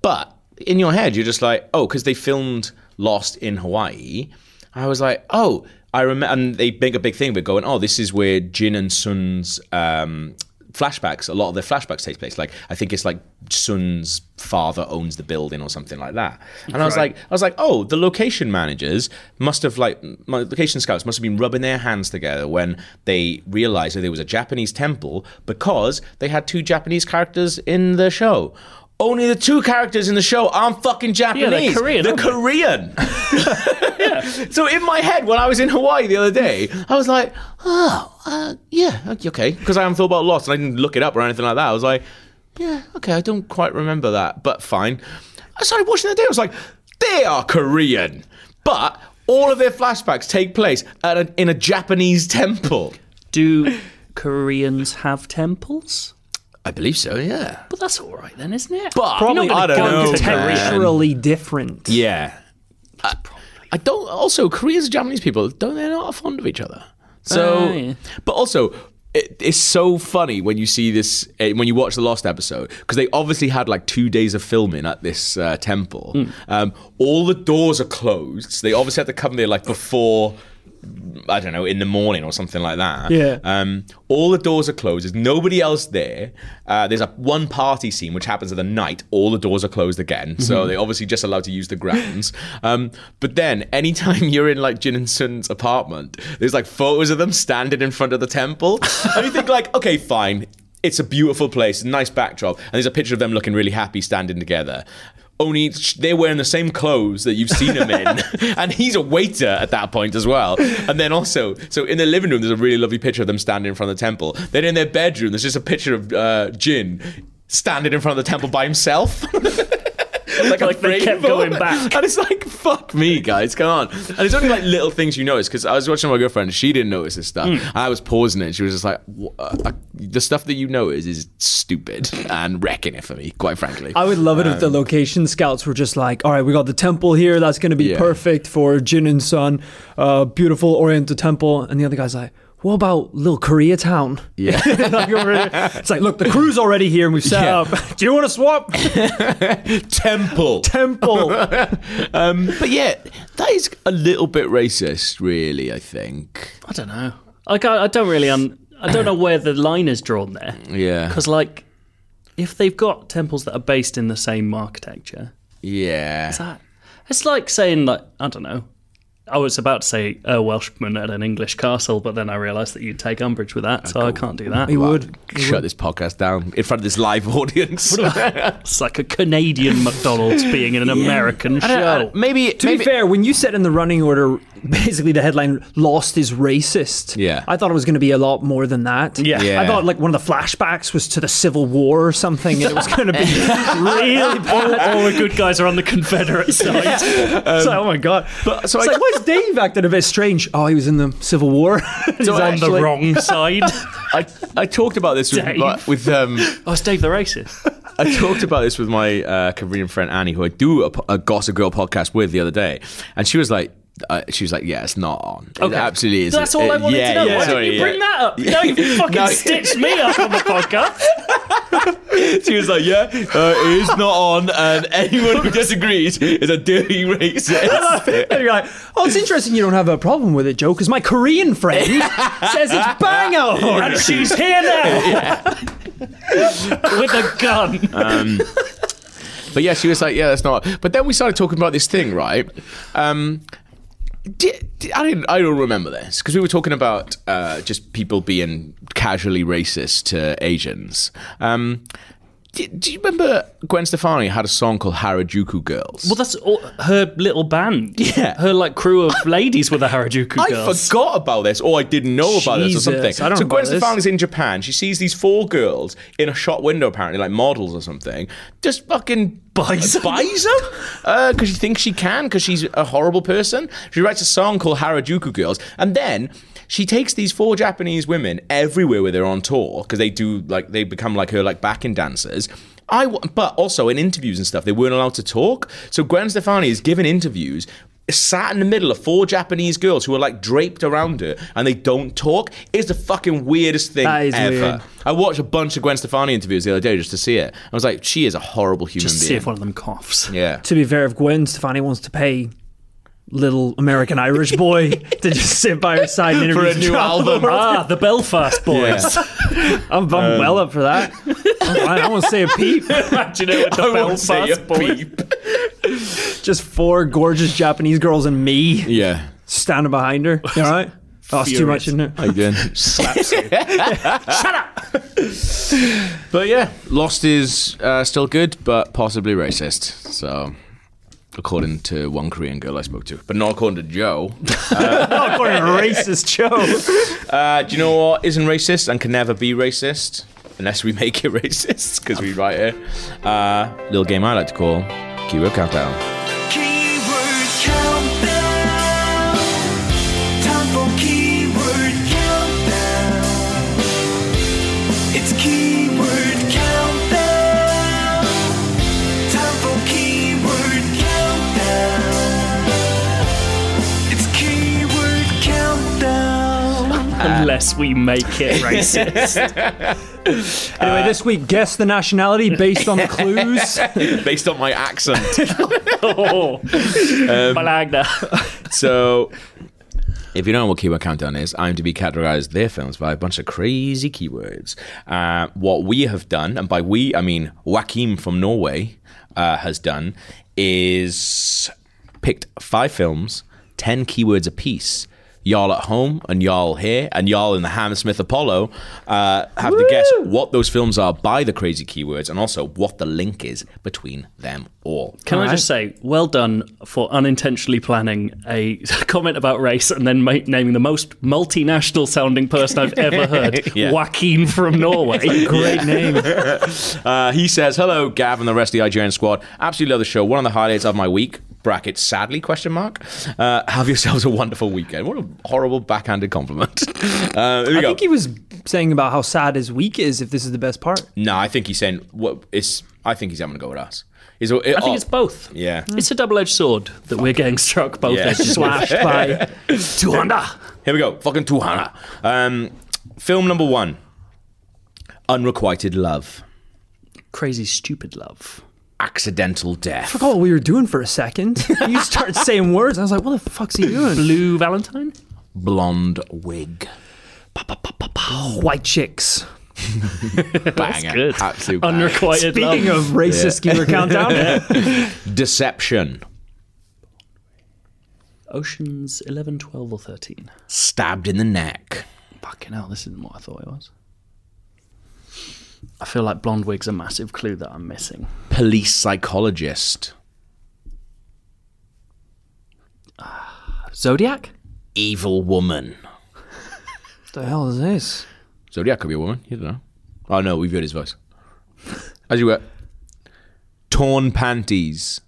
But in your head, you're just like, "Oh, because they filmed Lost in Hawaii." I was like, "Oh." I remember, and they make a big thing of it, going, "Oh, this is where Jin and Sun's um, flashbacks a lot of their flashbacks take place like i think it's like sun's father owns the building or something like that and i was
Right.
like i was like oh the location managers must have like my location scouts must have been rubbing their hands together when they realized that there was a japanese temple because they had two japanese characters in the show only the two characters in the show aren't fucking
they're
Japanese.
Korean,
They're
aren't they?
Korean. So in my head, when I was in Hawaii the other day, I was like, oh, uh, yeah, okay, okay, because I haven't thought about Lost and I didn't look it up or anything like that. I was like, yeah, okay, I don't quite remember that, but fine. I started watching the other day. I was like, they are Korean, but all of their flashbacks take place at a, in a Japanese temple.
Do Koreans have temples?
I believe so, yeah.
Well, that's all right then, isn't it?
But
You're not gonna
I don't
go
know,
to
man.
Korea.
Culturally different.
Yeah. I, Uh, I don't. Also, Koreans and Japanese people don't. They're not fond of each other. So,
Ah, yeah.
but also. It, it's so funny when you see this, eh, when you watch the last episode, because they obviously had like two days of filming at this uh, temple. Um, all the doors are closed. So they obviously had to come there like before I don't know, in the morning or something like that.
Yeah.
Um, all the doors are closed. There's nobody else there. Uh, there's a one party scene which happens at the night. All the doors are closed again, so they're obviously just allowed to use the grounds. Um, but then, anytime you're in like Jin and Sun's apartment, there's like photos of them standing in front of the temple, and you think like, okay, fine. It's a beautiful place, nice backdrop, and there's a picture of them looking really happy standing together. Only sh- they're wearing the same clothes that you've seen him in, and he's a waiter at that point as well. And then also, so in the living room, there's a really lovely picture of them standing in front of the temple. Then in their bedroom, there's just a picture of uh, Jin standing in front of the temple by himself. like
Like they
frame
kept
ball.
going back.
and it's like fuck me, guys, come on. And it's only like little things you notice because I was watching my girlfriend, she didn't notice this stuff. I was pausing it, and she was just like, "Wha- uh, uh, "The stuff that you notice is stupid and wrecking it for me, quite frankly."
I would love it if
Um,
the location scouts were just like, all right, we got the temple here. That's going to be
Yeah.
perfect for Jin and Sun. Uh, beautiful Oriental temple. And the other guy's like, what about little Koreatown?
yeah.
Like, over here. it's like, look, the crew's already here and we've set
Yeah.
up. Do you want to swap?
temple.
temple.
Um, but yeah, that is a little bit racist, really. I think.
I don't know. Like I, I don't really un, I don't know where the line is drawn there.
Yeah.
Because like, if they've got temples that are based in the same architecture,
Yeah.
that it's like saying like I don't know. I was about to say a Welshman at an English castle, but then I realised that you'd take umbrage with
Oh,
that, so I can't do that.
You would.
Shut this podcast down in front of this live audience.
It's like a Canadian McDonald's being in an American show.
maybe.
To be fair, when you said in the running order, basically the headline "Lost is racist."
Yeah.
I thought it was going to be a lot more than that.
Yeah.
Yeah.
I thought like one of the flashbacks was to the Civil War or something, and it was going to be really
all,
bad.
all the good guys are on the Confederate side.
It's
Um,
like, oh my god! But so it's like, why is Dave acting a bit strange? Oh, he was in the Civil War. He's
on the
actually-
wrong side.
I, I talked about this with
Dave.
my- with um
oh, it's Dave the racist.
I talked about this with my uh, Korean friend Annie, who I do a, po- a Gossip Girl podcast with the other day, and she was like. Uh, she was like, "Yeah, it's not on. It
Okay.
absolutely Uh, is.
That's all I wanted to know. Why did you bring that up? Now you fucking
No.
stitched me up on the podcast.
She was like, "Yeah, uh, it is not on, and anyone who disagrees is a dirty racist."
And you're like, oh, it's interesting you don't have a problem with it, Joe, because my Korean friend says it's bang out.
And she's here now. With a gun.
But yeah, she was like, yeah, that's not. But then we started talking about this thing, right? Um, di di- I didn't. I don't remember this because we were talking about uh, just people being casually racist to Asians. Um, do, do you remember Gwen Stefani had a song called Harajuku Girls?
well, that's all, her little band.
Yeah.
Her like crew of ladies with the Harajuku
I
girls.
forgot about this, or I didn't know about this, or
Jesus,
something.
I don't
so
know
Gwen
about this.
Stefani's in Japan. She sees these four girls in a shop window, apparently, like models or something. Just fucking
Buys 'em.
buys them because she thinks she can because she's a horrible person. She writes a song called Harajuku Girls, and then. She takes these four Japanese women everywhere where they're on tour because they do like they become like her like backing dancers. I w- but also in interviews and stuff they weren't allowed to talk. So Gwen Stefani is given interviews sat in the middle of four Japanese girls who are like draped around her and they don't talk is the fucking weirdest thing
That is
ever.
weird.
I watched a bunch of Gwen Stefani interviews the other day just to see it. I was like, she is a horrible human
Just see
being.
if one of them coughs.
yeah.
to be fair, if Gwen Stefani wants to pay little American Irish boy to just sit by her side and
For
interview
a new
throughout the
album.
world,
Ah, the Belfast boys.
Yeah.
I'm, I'm well up for that. Um, I, I won't say a peep.
Imagine it with the
I won't say a
Belfast boys.
peep.
Just four gorgeous Japanese girls and me
Yeah.
standing behind her. You all right? Oh, it's too much, isn't it?
How you doing? Slaps Shut up. but yeah, Lost is uh, still good, but possibly racist. So, according to one Korean girl I spoke to, but not according to Joe.
Oh, what a racist joke.
Uh, do you know what isn't racist and can never be racist unless we make it racist because we write it? Uh, little game I like to call Keyword Countdown.
Keyword countdown. Time for keyword countdown. It's keyword countdown. Time for keyword countdown. It's keyword countdown.
Ah.
Unless we make it racist.
Anyway, this week, guess the nationality based on clues.
Based on my accent. Um,
oh. Malagna.
so, If you don't know what Keyword Countdown is, IMDb categorized their films by a bunch of crazy keywords. Uh, what we have done, and by we, I mean Joachim from Norway uh, has done, is picked five films, 10 keywords apiece. Y'all at home and y'all here and y'all in the Hammersmith Apollo uh, have to guess what those films are by the crazy keywords and also what the link is between them all.
Can I just say, well done for unintentionally planning a comment about race and then ma- naming the most multinational sounding person I've ever heard,
Yeah.
Joaquin from Norway.
Great name.
Uh, he says, "Hello, Gav and the rest of the IGN squad. Absolutely love the show. One of the highlights of my week." Bracket sadly question mark. Uh, have yourselves a wonderful weekend. What a horrible backhanded compliment. Uh, here we
I
go.
think he was saying about how sad his week is. If this is the best part,
no, I think he's saying what it's. I think he's having a go at us. Is it, oh,
I think it's both.
Yeah.
It's a double edged sword that we're getting struck both
Yeah.
edges with.
slashed by
Tuanda.
Here we go. Fucking Tuhana. Um, film number one. Unrequited love.
Crazy stupid love.
Accidental death.
forgot what we were doing for a second. You start saying words. I was like, what the fuck's he doing?
Blue Valentine?
Blonde wig.
White chicks.
Bang.
good.
Absolute banger.
Unrequited
Speaking
love.
of racist Oh. yeah. countdown,
Deception.
Oceans 11, 12, or 13.
Stabbed in the neck.
Fucking hell, this isn't what I thought it was. I feel like blonde wig's a massive clue that I'm missing.
police psychologist,
Zodiac?
evil woman.
what the hell is this?
Zodiac could be a woman. You don't know. Oh no, we've heard his voice. As you were, torn panties,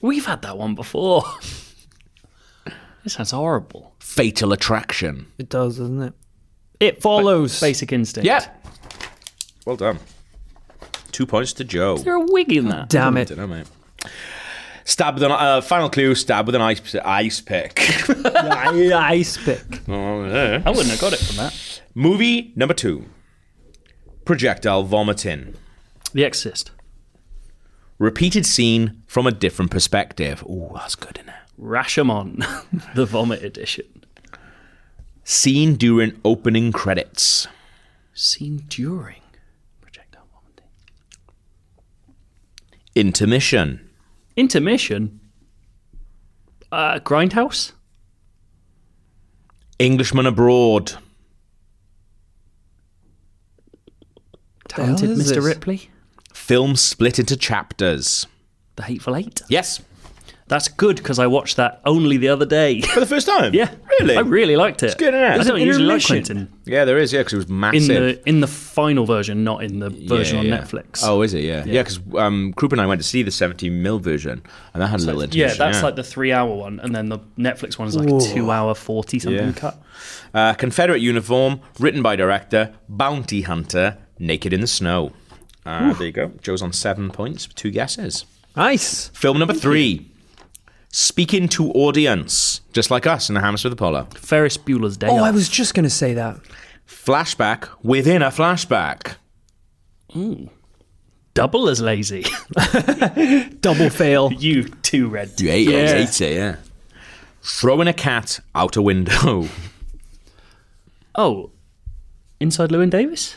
We've had that one before. this sounds horrible.
fatal attraction.
It does, doesn't it? It follows.
Basic instinct.
Yeah. Well done. Two points to Joe.
Is there a wig in that?
Damn it.
don't know, mate. Stab with an uh, final clue. Stab with an ice ice pick.
I- Ice pick.
I wouldn't have got it from that.
Movie number two. Projectile vomiting.
The Exorcist.
Repeated scene from a different perspective. Ooh, that's good, isn't it?
Rashomon. the Vomit Edition.
Scene during opening credits.
Seen during projectile vomiting.
Intermission.
Intermission. Uh, Grindhouse.
Englishman abroad.
Talented
hell is
Mr.
this?
Ripley.
Film split into chapters.
The Hateful Eight.
Yes.
That's good because I watched that only the other day.
For the first time?
yeah,
Really?
I really liked it. It's
good, isn't it?
I
There's
don't
an
usually like
intermission.
Quentin
yeah, there is. Yeah, because it was massive.
in the in the final version, not in the
Yeah,
version on
yeah.
Netflix.
Oh, is it? Yeah. Yeah, because um, Krupp and I went to see the 17 mil version, and that had a little
yeah,
intermission.
that's like the three-hour one, and then the Netflix one is like a two-hour forty-something
Yeah.
cut.
uh, Confederate uniform, written by director, bounty hunter, naked in the snow. Uh, there you go. Joe's on seven points, two guesses.
Nice.
Film number three. Speaking to audience, just like us in the Hammersmith Apollo.
Ferris Bueller's Day
Oh,
Off.
I was just going to say that.
Flashback within a flashback.
double as lazy.
Double fail.
you too, Red.
You ate it. you ate it, yeah. Throwing a cat out a window.
Oh, inside Lewin Davis.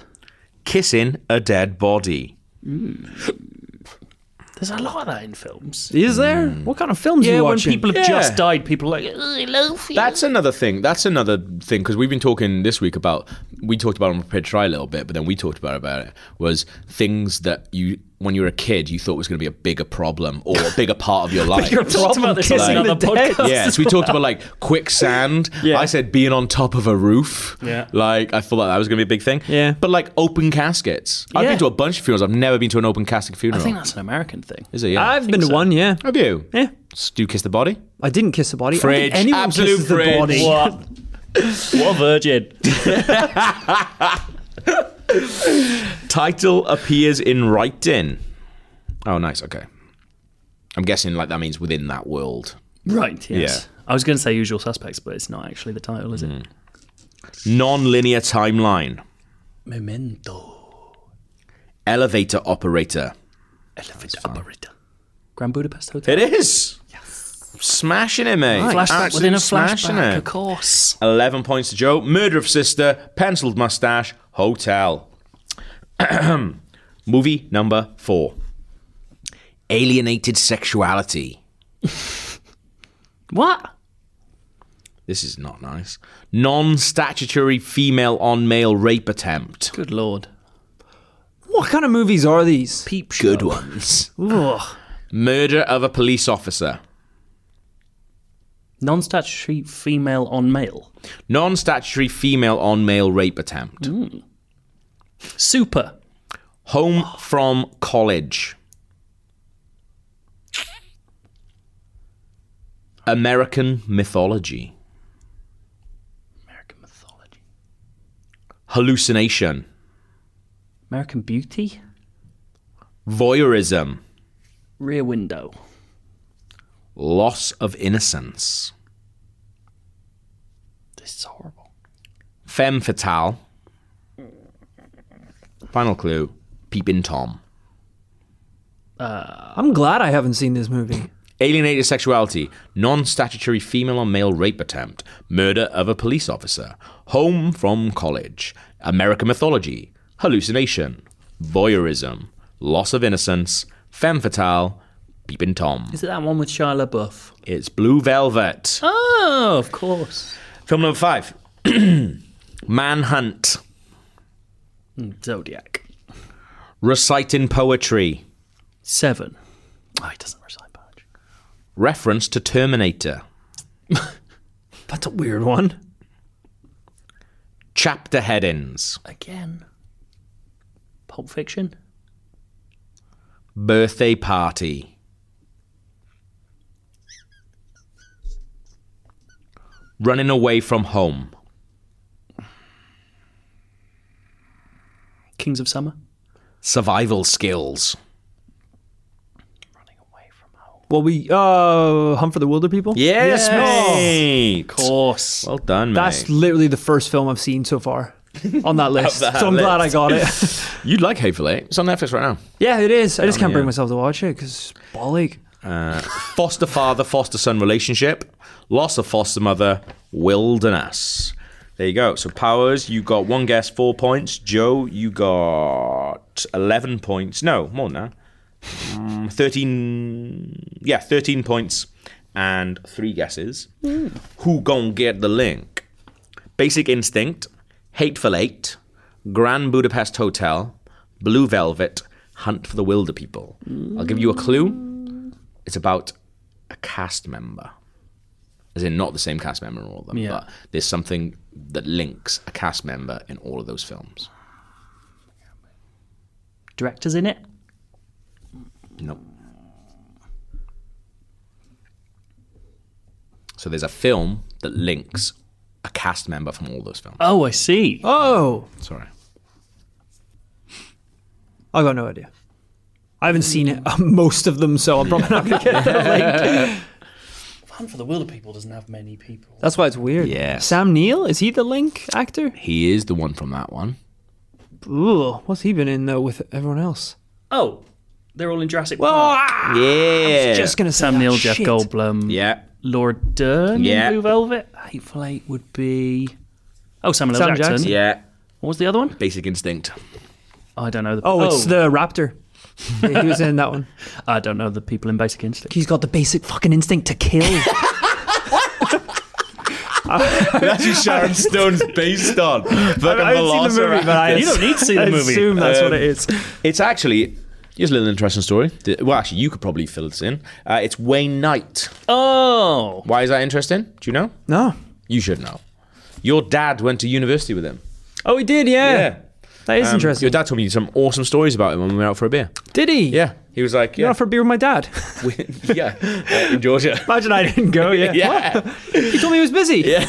Kissing a dead body.
There's a lot of that in films.
Is there? What kind of films are
Yeah,
you
when
watching?
people have
Hmm. Yeah.
just died, people are like "Ugh,
That's another thing. That's another thing because we've been talking this week about we talked about it on prepared try a little bit, but then we talked about about it was things that you when you were a kid you thought was going to be a bigger problem or a bigger part of your life.
you're talking about this on
kissing
another
the dead.
podcast.
Yes, we talked about like quicksand.
Yeah.
I said being on top of a roof.
Yeah.
Like I thought that was gonna be a big thing.
Yeah.
But like open caskets. I've
Yeah.
been to a bunch of funerals. I've never been to an open casket
I
funeral.
think that's an American thing.
Is it? Yeah.
I've been to
so.
one, yeah.
Have you?
Yeah.
S- Do you kiss the body?
I didn't kiss the body. I
Fridge.
think anyone
Absolute
kisses
fridge.
the body.
What? what a virgin.
Title appears in writing. Oh, nice. Okay. I'm guessing like that means within that world.
Right, yes. I was going to say Usual Suspects, but it's not actually the title, is it?
Mm. Non-linear timeline.
Memento.
Elevator operator.
Elevator Operator. Grand Budapest Hotel.
It is. Smashing it, mate.
Flashback
Absolutely
within a
smashing
flashback,
it.
of course.
11 points to Joe. Murder of Sister, Penciled Mustache, Hotel. Movie number four Alienated Sexuality.
What?
This is not nice. Non statutory female on male rape attempt.
Good lord.
What kind of movies are these?
Peep show.
Good ones. Murder of a police officer.
Non statutory female on male.
Non statutory female on male rape attempt.
Super.
Home from college. American mythology.
American mythology.
Hallucination.
American beauty.
Voyeurism.
Rear window.
Loss of innocence.
This is horrible.
Femme fatale. Final clue. Peeping Tom.
I'm glad I haven't seen this movie.
Alienated sexuality. Non statutory female on male rape attempt. Murder of a police officer. Home from college. American mythology. Hallucination. Voyeurism. Loss of innocence. Femme fatale. Peeping Tom.
Is it that one with Shia LaBeouf?
It's Blue Velvet.
Oh, of course.
Film number five Manhunt.
Zodiac.
Reciting poetry.
Seven. Oh, he doesn't recite much.
Reference to Terminator.
That's a weird one.
Chapter headings.
Again. Pulp Fiction.
Birthday party. Running away from home.
Kings of Summer.
Survival skills.
Running away from home.
Well, we uh, Hunt for the Wilder People.
Yes, mate.
Of course.
Well done, mate.
That's literally the first film I've seen so far on that list.
that
so I'm glad I
list.
got it.
You'd like Hateful Eight. It's on Netflix right now.
yeah, it is. I just can't
yeah.
bring myself to watch it because ball ache.
Foster father, foster son relationship. Loss of foster mother. Wilderness. There you go. So Powers, you got one guess, four points. Joe, you got eleven points. No, more than that. Mm, Thirteen. Yeah, thirteen points and three guesses. Who gon' get the link? Basic Instinct, Hateful Eight, Grand Budapest Hotel, Blue Velvet, Hunt for the Wilder People. I'll give you a clue. It's about a cast member. As in, not the same cast member in all of them,
Yeah.
but there's something that links a cast member in all of those films.
Directors in it.
No. So there's a film that links a cast member from all those films.
Oh, I see.
Oh,
Sorry.
I got no idea. I haven't seen it, most of them, so I'm probably not gonna get it.
Hunt for the Wilder People doesn't have many people.
That's why it's weird.
Yeah.
Sam Neill is he the Link actor?
He is the one from that one.
Ooh, what's he been in though with everyone else?
Oh, they're all in Jurassic Park.
Yeah.
Just gonna say
Sam
that
Neill, Jeff
shit.
Goldblum.
Yeah.
Laura Dern
Yeah.
in Blue Velvet. Hateful Eight would be. Oh, Samuel L.
Sam
Jackson.
Jackson.
Yeah.
What was the other one?
Basic instinct.
I don't know. The...
Oh, it's the Raptor. Yeah, he was in that one.
I don't know the people in Basic Instinct.
He's got the basic fucking instinct to kill.
That's who Sharon Stone's based on. Fucking
I
You don't need to see the
I
movie.
assume that's what it is.
It's actually. Here's a little interesting story. Th- Well, actually, you could probably fill this in. Uh, it's Wayne Knight.
Oh,
Why is that interesting? Do you know?
No.
You should know. Your dad went to university with him.
Oh, he did. Yeah, that is
Um,
interesting.
Your dad told me some awesome stories about him when we were out for a beer.
did he?
Yeah. He was like,
You're
yeah,
out for a beer with my dad.
yeah, uh, in Georgia.
Imagine I didn't go. Yeah.
Yeah.
He told me he was busy. Yeah.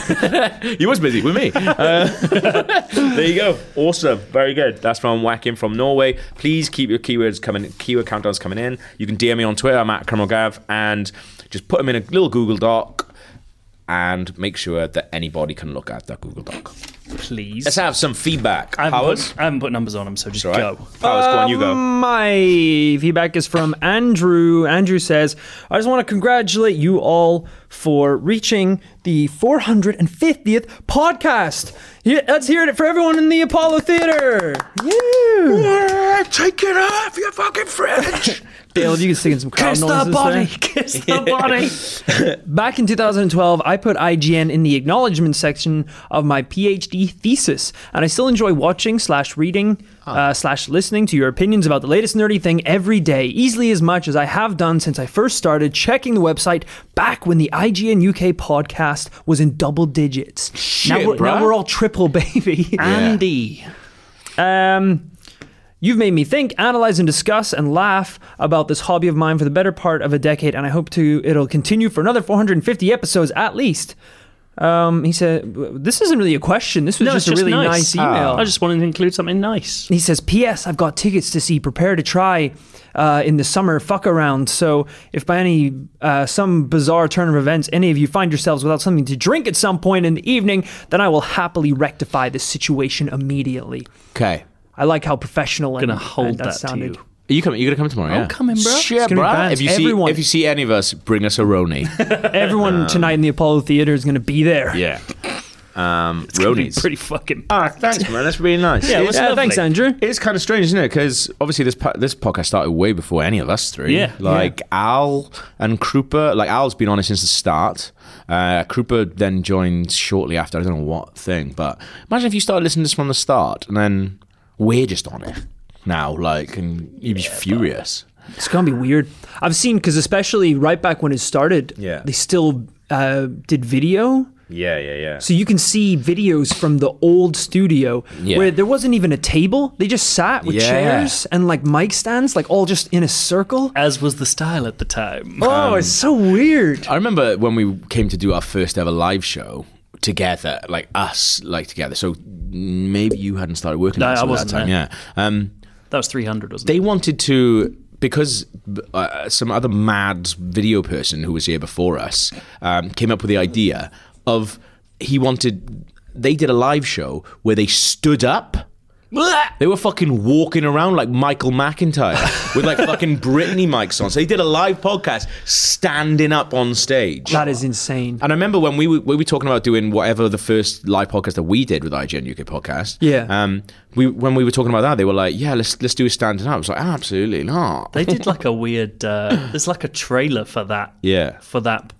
he was busy with me. Uh, there you go. Awesome. Very good. That's from Whacking from Norway. Please keep your keywords coming, keyword countdowns coming in. You can DM me on Twitter. I'm at Gav, and just put them in a little Google Doc and make sure that anybody can look at that Google Doc.
please.
Let's have some feedback.
I haven't,
Howard?
put, I haven't put numbers on them, so just
All right.
go.
Powers, go on, you
Um,
go.
My feedback is from Andrew. Andrew says, I just want to congratulate you all for reaching the 450th podcast. Yeah, let's hear it for everyone in the Apollo Theater. Yeah.
Take it off, you fucking French!
Bill, you can sing in some crowd
Kiss the
noises
body,
there.
kiss the body.
Back in 2012, I put IGN in the acknowledgement section of my PhD thesis, and I still enjoy watching slash reading uh, slash listening to your opinions about the latest nerdy thing every day, easily as much as I have done since I first started checking the website back when the IGN UK podcast was in double digits. now, we're, now
bruh.
we're all triple, baby.
Andy.
Um, you've made me think, analyze, and discuss and laugh about this hobby of mine for the better part of a decade, and I hope to it'll continue for another 450 episodes at least. Um, he said, "This isn't really a question. This was
No,
just,
it's just
a really
nice. Ah.
nice, email."
I just wanted to include something nice.
He says, P.S. I've got tickets to see Prepare to Try uh, in the summer fuck around. So if by any, uh, some bizarre turn of events, any of you find yourselves without something to drink at some point in the evening, then I will happily rectify this situation immediately.
Okay.
I like how professional and
Gonna hold
and
that to
sounded.
you.
Are you coming? You gonna come tomorrow?
I'm coming, bro.
Shit,
It's gonna be
bruh.
bands.
If you see,
Everyone-
if you see any of us, bring us a Roni.
Everyone tonight in the Apollo Theater is going to be there.
Um, yeah. Um,
It's gonna be
Ronies.
Pretty fucking.
Ah, thanks, man. That's really nice.
Yeah, it was
Yeah,
lovely.
thanks, Andrew.
It's kind of strange, isn't it? Because obviously this po- this podcast started way before any of us three.
Yeah.
like Al and Krupa. Like Al's been on it since the start. Uh, Krupa then joined shortly after. I don't know what thing, but imagine if you started listening to this from the start and then we're just on it now. Like, and you'd be furious.
It's gonna be weird. I've seen because especially right back when it started,
Yeah.
they still uh, did video.
Yeah, yeah, yeah.
So you can see videos from the old studio
Yeah.
where there wasn't even a table. They just sat with
Yeah.
chairs and like mic stands, like all just in a circle.
As was the style at the time.
Oh,
Um,
it's so weird.
I remember when we came to do our first ever live show together, like us, like together. So maybe you hadn't started working.
No,
at us
I
at that
wasn't
time,
there.
Yeah. Um,
That was 300, wasn't
they wanted to because uh, some other mad video person who was here before us um, came up with the idea of he wanted they did a live show where they stood up they were fucking walking around like Michael McIntyre with like fucking Britney mics on. So they did a live podcast standing up on stage.
That is insane.
And I remember when we were, we were talking about doing whatever the first live podcast that we did with IGN UK podcast.
Yeah.
Um, we when we were talking about that, they were like, "Yeah, let's let's do a standing up." I was like, "Absolutely not."
They did like a weird. Uh, there's like a trailer for that.
Yeah.
For that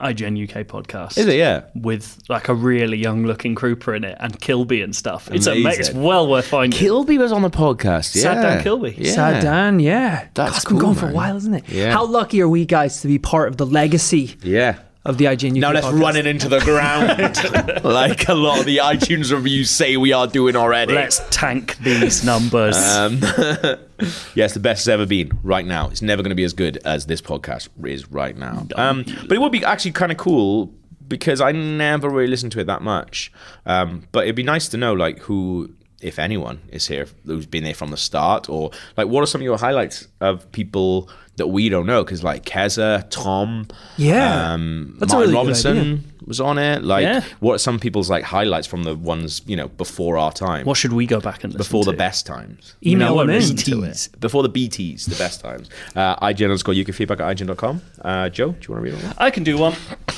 IGN UK podcast.
Is it? Yeah.
With like a really young looking Krupa in it and Kilby and stuff. It's
Amazing.
amazing. It's well worth finding.
Kilby was on the podcast. Yeah.
Sat down Kilby.
Yeah.
Sad Dan, yeah.
That's
That's been
cool,
going for a
man.
while, isn't it?
Yeah.
How lucky are we guys to be part of the legacy
Yeah.
of the IGN UK
Now let's
podcast?
run it into the ground, like a lot of the iTunes reviews say we are doing already.
Let's tank these numbers.
Um, Yeah, it's the best it's ever been right now. It's never going to be as good as this podcast is right now. Um, but it would be actually kind of cool because I never really listened to it that much. Um, but it'd be nice to know like who, if anyone, is here who's been there from the start, or like what are some of your highlights of people that we don't know? Because like Keza, Tom,
Yeah.
um,
That's a
Martin
really good idea.
Robinson was on it. Like,
Yeah.
what are some people's like highlights from the ones you know before our time?
what should we go back and listen
before
to?
the best times.
Email
No
them
one
in.
listened to it.
Before the BTs, the best times. Uh, IGN underscore UK feedback at IGN.com. Uh, Joe, do you want to read one?
I can do one.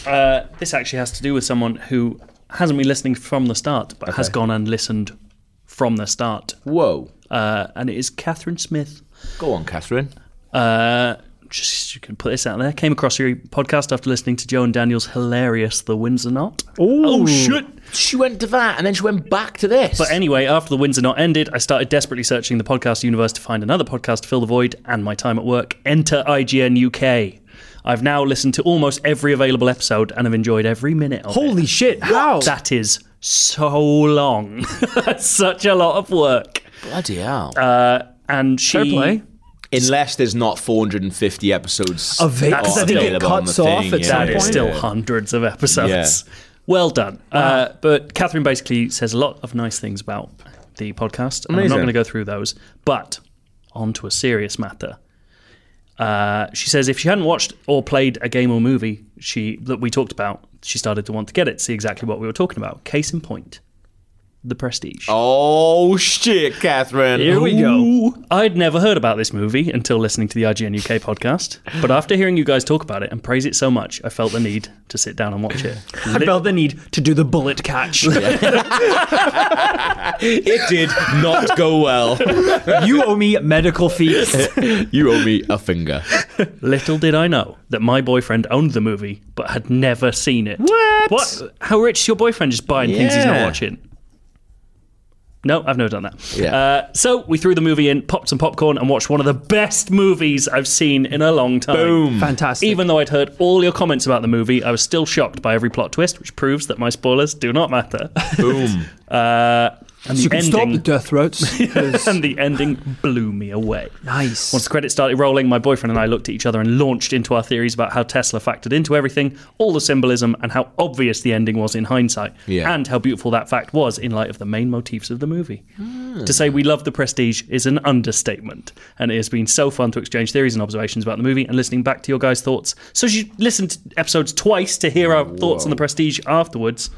Uh, this actually has to do with someone who hasn't been listening from the start, but has gone and listened from the start.
Whoa.
Uh, and it is Catherine Smith.
Go on, Catherine.
Uh, just you can put this out there. Came across your podcast after listening to Joe and Daniel's hilarious "The Winds Are Not." Oh shit!
She went to that and then she went back to this.
But anyway, after The Winds Are Not ended, I started desperately searching the podcast universe to find another podcast to fill the void and my time at work. Enter IGN UK. I've now listened to almost every available episode and have enjoyed every minute of it.
Holy shit, how?
That is so long. That's such a lot of work. Uh,
Bloody hell.
And she.
Fair play.
Unless there's not 450 episodes
Of it, 'cause I think it
available on the
cuts off
thing,
at
yeah,
some
That
yeah,
is
point.
still
yeah.
hundreds of episodes.
Yeah.
Well done. Uh, but Catherine basically says a lot of nice things about the podcast. And I'm
Amazing.
not going to go through those. But on to a serious matter. Uh, she says if she hadn't watched or played a game or movie she that we talked about, she started to want to get it, see exactly what we were talking about. Case in point, The Prestige.
Oh shit, Catherine.
Here we go.
Oh.
Ooh. I'd never heard about this movie until listening to the IGN UK podcast, but after hearing you guys talk about it and praise it so much, I felt the need to sit down and watch it.
I felt the need to do the bullet catch.
It did not go well.
you owe me medical fees.
you owe me a finger.
Little did I know that my boyfriend owned the movie but had never seen it.
What?
What? How rich is your boyfriend just buying things he's not
Yeah.
watching? No, I've never done that.
Yeah.
Uh, so we threw the movie in, popped some popcorn, and watched one of the best movies I've seen in a long time. Boom.
Fantastic.
Even though I'd heard all your comments about the movie, I was still shocked by every plot twist, which proves that my spoilers do not matter.
Boom.
Uh, and,
so you
the
can stop the
ending,
death throats. 'cause-
and the ending blew me away.
nice.
Once the credits started rolling, my boyfriend and I looked at each other and launched into our theories about how Tesla factored into everything, all the symbolism, and how obvious the ending was in hindsight,
Yeah.
and how beautiful that fact was in light of the main motifs of the movie. To say we love the prestige is an understatement, and it has been so fun to exchange theories and observations about the movie and listening back to your guys' thoughts. So you listened to episodes twice to hear our thoughts on the prestige afterwards.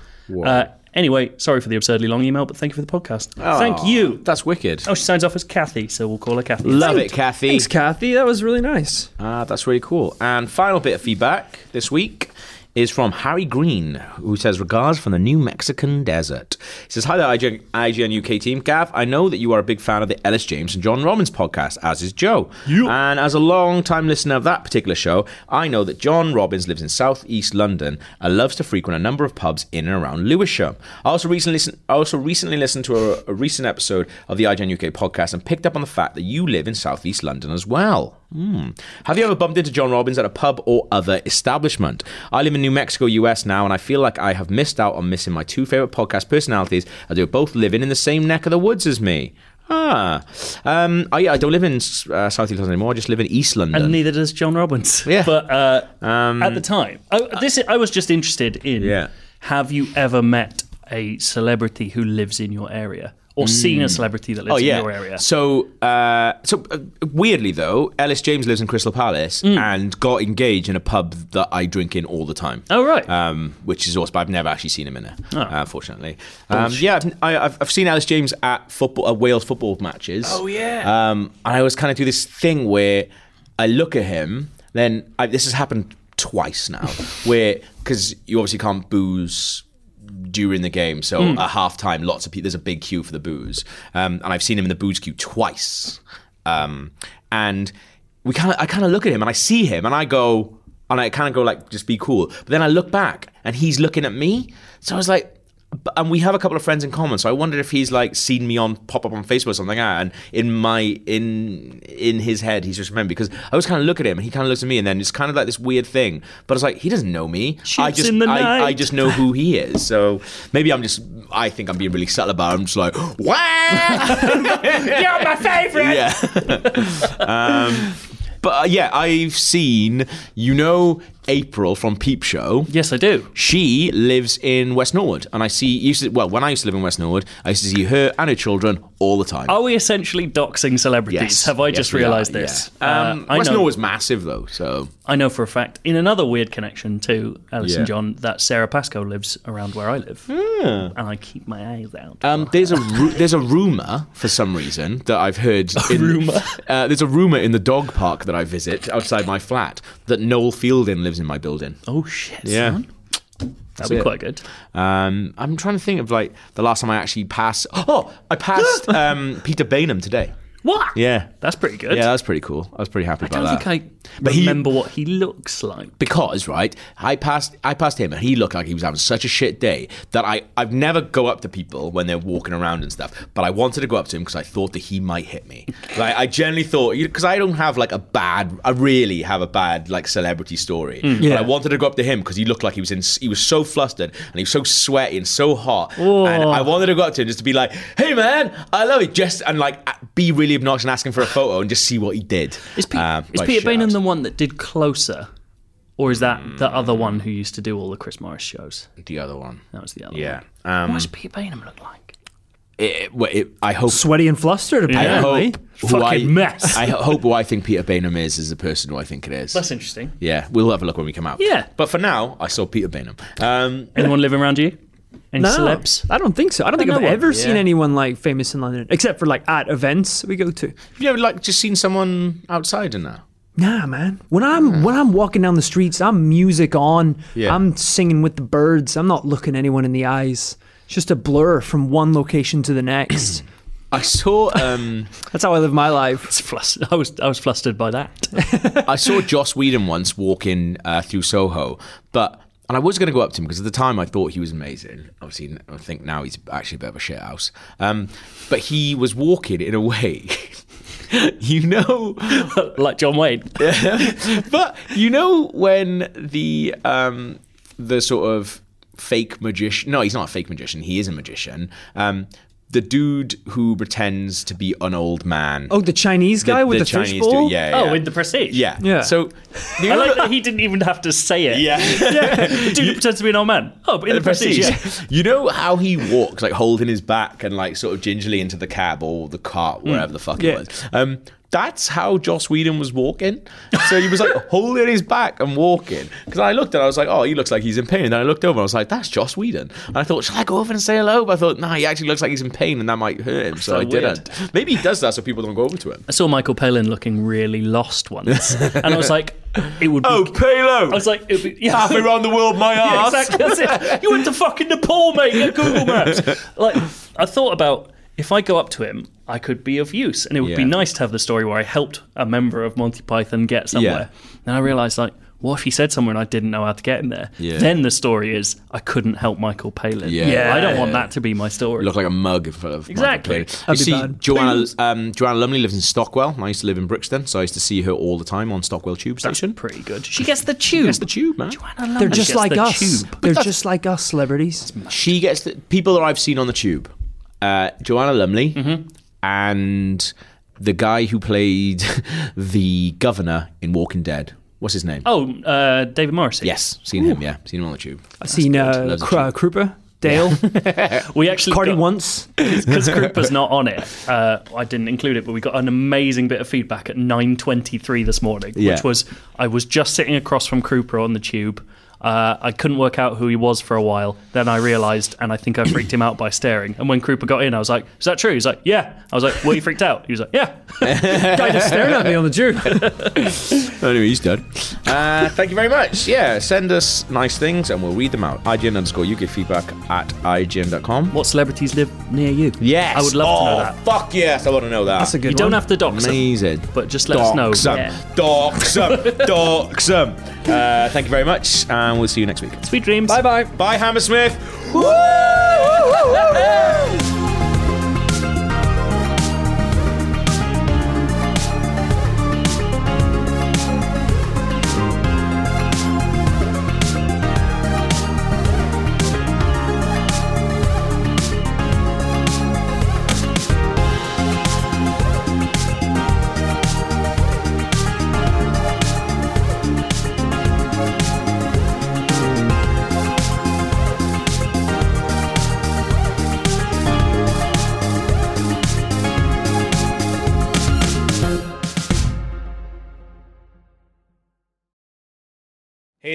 Uh, anyway, sorry for the absurdly long email, but thank you for the podcast. Thank you.
That's wicked.
Oh, she signs off as Kathy, so we'll call her Kathy.
Love it, Kathy.
Thanks, Kathy. That was really nice.
Ah, that's really cool. And final bit of feedback this week is from Harry Green, who says, Regards from the New Mexican desert. He says, Hi there, IGN, IGN UK team. Gav, I know that you are a big fan of the Ellis James and John Robbins podcast, as is Joe. And as a long time listener of that particular show, I know that John Robbins lives in southeast London and loves to frequent a number of pubs in and around Lewisham. I also recently, listen, I also recently listened to a, a recent episode of the IGN UK podcast and picked up on the fact that you live in southeast London as well. Hmm. Have you ever bumped into John Robbins at a pub or other establishment? I live in New Mexico, US now, and I feel like I have missed out on missing my two favorite podcast personalities as they're both living in the same neck of the woods as me. Ah, um, I, I don't live in uh, South East London anymore. I just live in East London.
and neither does John Robbins.
Yeah. Um,
But uh, at the time, I, this I was just interested in.
Yeah.
Have you ever met a celebrity who lives in your area, or seen
Mm.
a celebrity that lives in your area?
Oh, So, uh, so uh, weirdly though, Ellis James lives in Crystal Palace
Mm.
and got engaged in a pub that I drink in all the time.
Oh, right. Oh.
um, which is awesome. But I've never actually seen him in there, unfortunately. Um, yeah, I've, I, I've, I've seen Ellis James at football, at Wales football matches. Oh yeah. Um, and I always kind of do this thing where I look at him. Then I, this has happened twice now, where because you obviously can't booze during the game. So
Hmm.
at halftime, lots of people. There's a big queue for the booze, um, and I've seen him in the booze queue twice. Um, and we kind of, I kind of look at him and I see him and I go, and I kind of go like, just be cool. But then I look back and he's looking at me. So I was like. but- And we have a couple of friends in common, so I wondered if he's like seen me on pop up on Facebook or something like that. And in my in in his head, he's just remembered because I was kind of look at him, and he kind of looks at me, and then it's kind of like this weird thing. But it's like he doesn't know me. I
Shoots
just
in the
I, I
night.
just know who he is. So maybe I'm just, I think I'm being really subtle about it. I'm just like, wow!
You're my favorite.
yeah. um, but uh, yeah, I've seen, you know, April from Peep Show.
Yes, I do.
She lives in West Norwood, and I see, used to, well, when I used to live in West Norwood, I used to see her and her children all the time.
Are we essentially doxing celebrities?
Yes.
Oh, Have I
Yes,
just
we are,
realised
yeah.
this?
Um,
Uh, I
West
know.
Norwood's massive, though, so.
I know for a fact. In another weird connection to Alice
Yeah.
and John, that Sarah Pascoe lives around where I live,
Ah.
and I keep my eyes out.
Um, there's a ru- there's a rumor for some reason that I've heard. In, rumor. Uh, there's a rumor in the dog park that I visit outside my flat that Noel Fielding lives in my building.
oh shit!
Yeah.
son. that'd be
it.
quite good.
Um, I'm trying to think of like the last time I actually passed. Oh, I passed um, Peter Bainham today.
What?
Yeah.
that's pretty good.
Yeah, that was pretty cool. I was pretty happy
I
about
don't
that.
think I
But he-
remember what he looks like.
because right i passed i passed him and he looked like he was having such a shit day that i i've never go up to people when they're walking around and stuff but i wanted to go up to him because i thought that he might hit me like i generally thought because i don't have like a bad i really have a bad like celebrity story
Hmm.
but i wanted to go up to him because he looked like he was in he was so flustered and he was so sweaty and so hot and i wanted to go up to him just to be like hey man i love it just and like be really obnoxious and ask him for a photo and just see what he did
Is, Pe-
Um,
is
but
Peter
shit, I
Bainham
was-
the one that did Closer? Or is that the other
Hmm.
one who used to do all the Chris Morris shows?
the other one
That was the other
yeah Um,
one. What does Peter Bainham look like?
it, well, it, I hope.
Sweaty and flustered, apparently.
I hope who
Fucking
I,
mess.
I hope who I think Peter Bainham is is the person who I think it is.
That's interesting.
yeah, we'll have a look when we come out.
Yeah.
but for now, I saw Peter Bainham. Um,
Anyone living around you? Any celebs?
I don't think so. I don't think
no
I've
one.
ever seen
Yeah.
anyone like famous in London, except for like at events we go to.
Have you ever like just seen someone outside in that?
Nah, man. When I'm when I'm walking down the streets, I'm music on.
Yeah.
I'm singing with the birds. I'm not looking anyone in the eyes. It's just a blur from one location to the next.
I saw um
That's how I live my life.
It's flus- I was I was flustered by that.
I saw Joss Whedon once walking uh, through Soho, but and I was going to go up to him because at the time I thought he was amazing. Obviously, n- I think now he's actually a bit of a shit house. Um, but he was walking in a way, you know,
like John Wayne.
but you know when the um, the sort of fake magician. No, he's not a fake magician. He is a magician. Um, the dude who pretends to be an old man.
Oh, the Chinese guy with the,
Chinese dude,
fishbowl.
Yeah,
Oh,
yeah.
in the Prestige.
yeah.
Yeah.
So
I like that he didn't even have to say it.
yeah.
The dude who pretends to be an old man. Oh, but in the, Prestige. yeah.
You know how he walks, like holding his back and like sort of gingerly into the cab or the cart,
Mm.
wherever the fuck it
Yeah.
was. Um, that's how Joss Whedon was walking. So he was like holding his back and walking. Because I looked at, it, I was like, oh, he looks like he's in pain. And I looked over, and I was like, that's Joss Whedon. And I thought, shall I go over and say hello? But I thought, nah, he actually looks like he's in pain, and that might hurt him. So,
So
I
weird.
didn't. Maybe he does that so people don't go over to him.
I saw Michael Palin looking really lost once, and I was like, it would. Be,
Oh, Palo!
I was like, it would be, yeah.
halfway around the world, my
Oh, Yeah,
ass.
exactly. That's it. You went to fucking Nepal, mate. Get Google Maps. Like, I thought about if I go up to him, I could be of use, and it would be
Yeah.
nice to have the story where I helped a member of Monty Python get somewhere. Then I realised, like, what if he said somewhere and I didn't know how to get in there?
Yeah.
Then the story is I couldn't help Michael Palin.
Yeah. Yeah.
I don't want that to be my story.
look like a mug in front of
Exactly.
Michael Palin.
That'd be
you see,
bad.
Joanna um, Joanna Lumley lives in Stockwell. and I used to live in Brixton, so I used to see her all the time on Stockwell Tube
That's
Station.
pretty good. She gets the tube.
That's the tube, man.
They're just like us.
Tube.
They're just like us, celebrities.
She gets the people that I've seen on the tube. Uh, Joanna Lumley
Mm-hmm.
and the guy who played the governor in Walking Dead. What's his name?
Oh, uh, David Morrissey.
Yes, seen him. Yeah, seen him on the tube.
I've seen uh,
Loves a
Kr- uh, Krupa, Dale,
We actually
Cardi
got-
once.
because Krupa's not on it, uh, I didn't include it, but we got an amazing bit of feedback at 9.23 this morning,
Yeah.
which was I was just sitting across from Krupa on the tube. Uh, I couldn't work out who he was for a while. Then I realised, and I think I freaked him out by staring. And when Krupa got in, I was like, "Is that true?" He's like, "Yeah." I was like, "Were you freaked out?" He was like, "Yeah."
Guy just staring at me on the tube.
Anyway, he's dead. Uh, thank you very much. Yeah, send us nice things and we'll read them out. IGN underscore UK feedback at IGN.com.
What celebrities live near you?
Yes.
I would love to know
Oh,
that.
Fuck yes, I want to know that.
That's a good
You don't
one.
have to dox them.
Amazing.
But just let us know.
Doxum.
Yeah.
Doxum. Doxum. Uh, thank you very much, and we'll see you next week.
Sweet dreams.
Bye bye.
Bye, Hammersmith.
Hey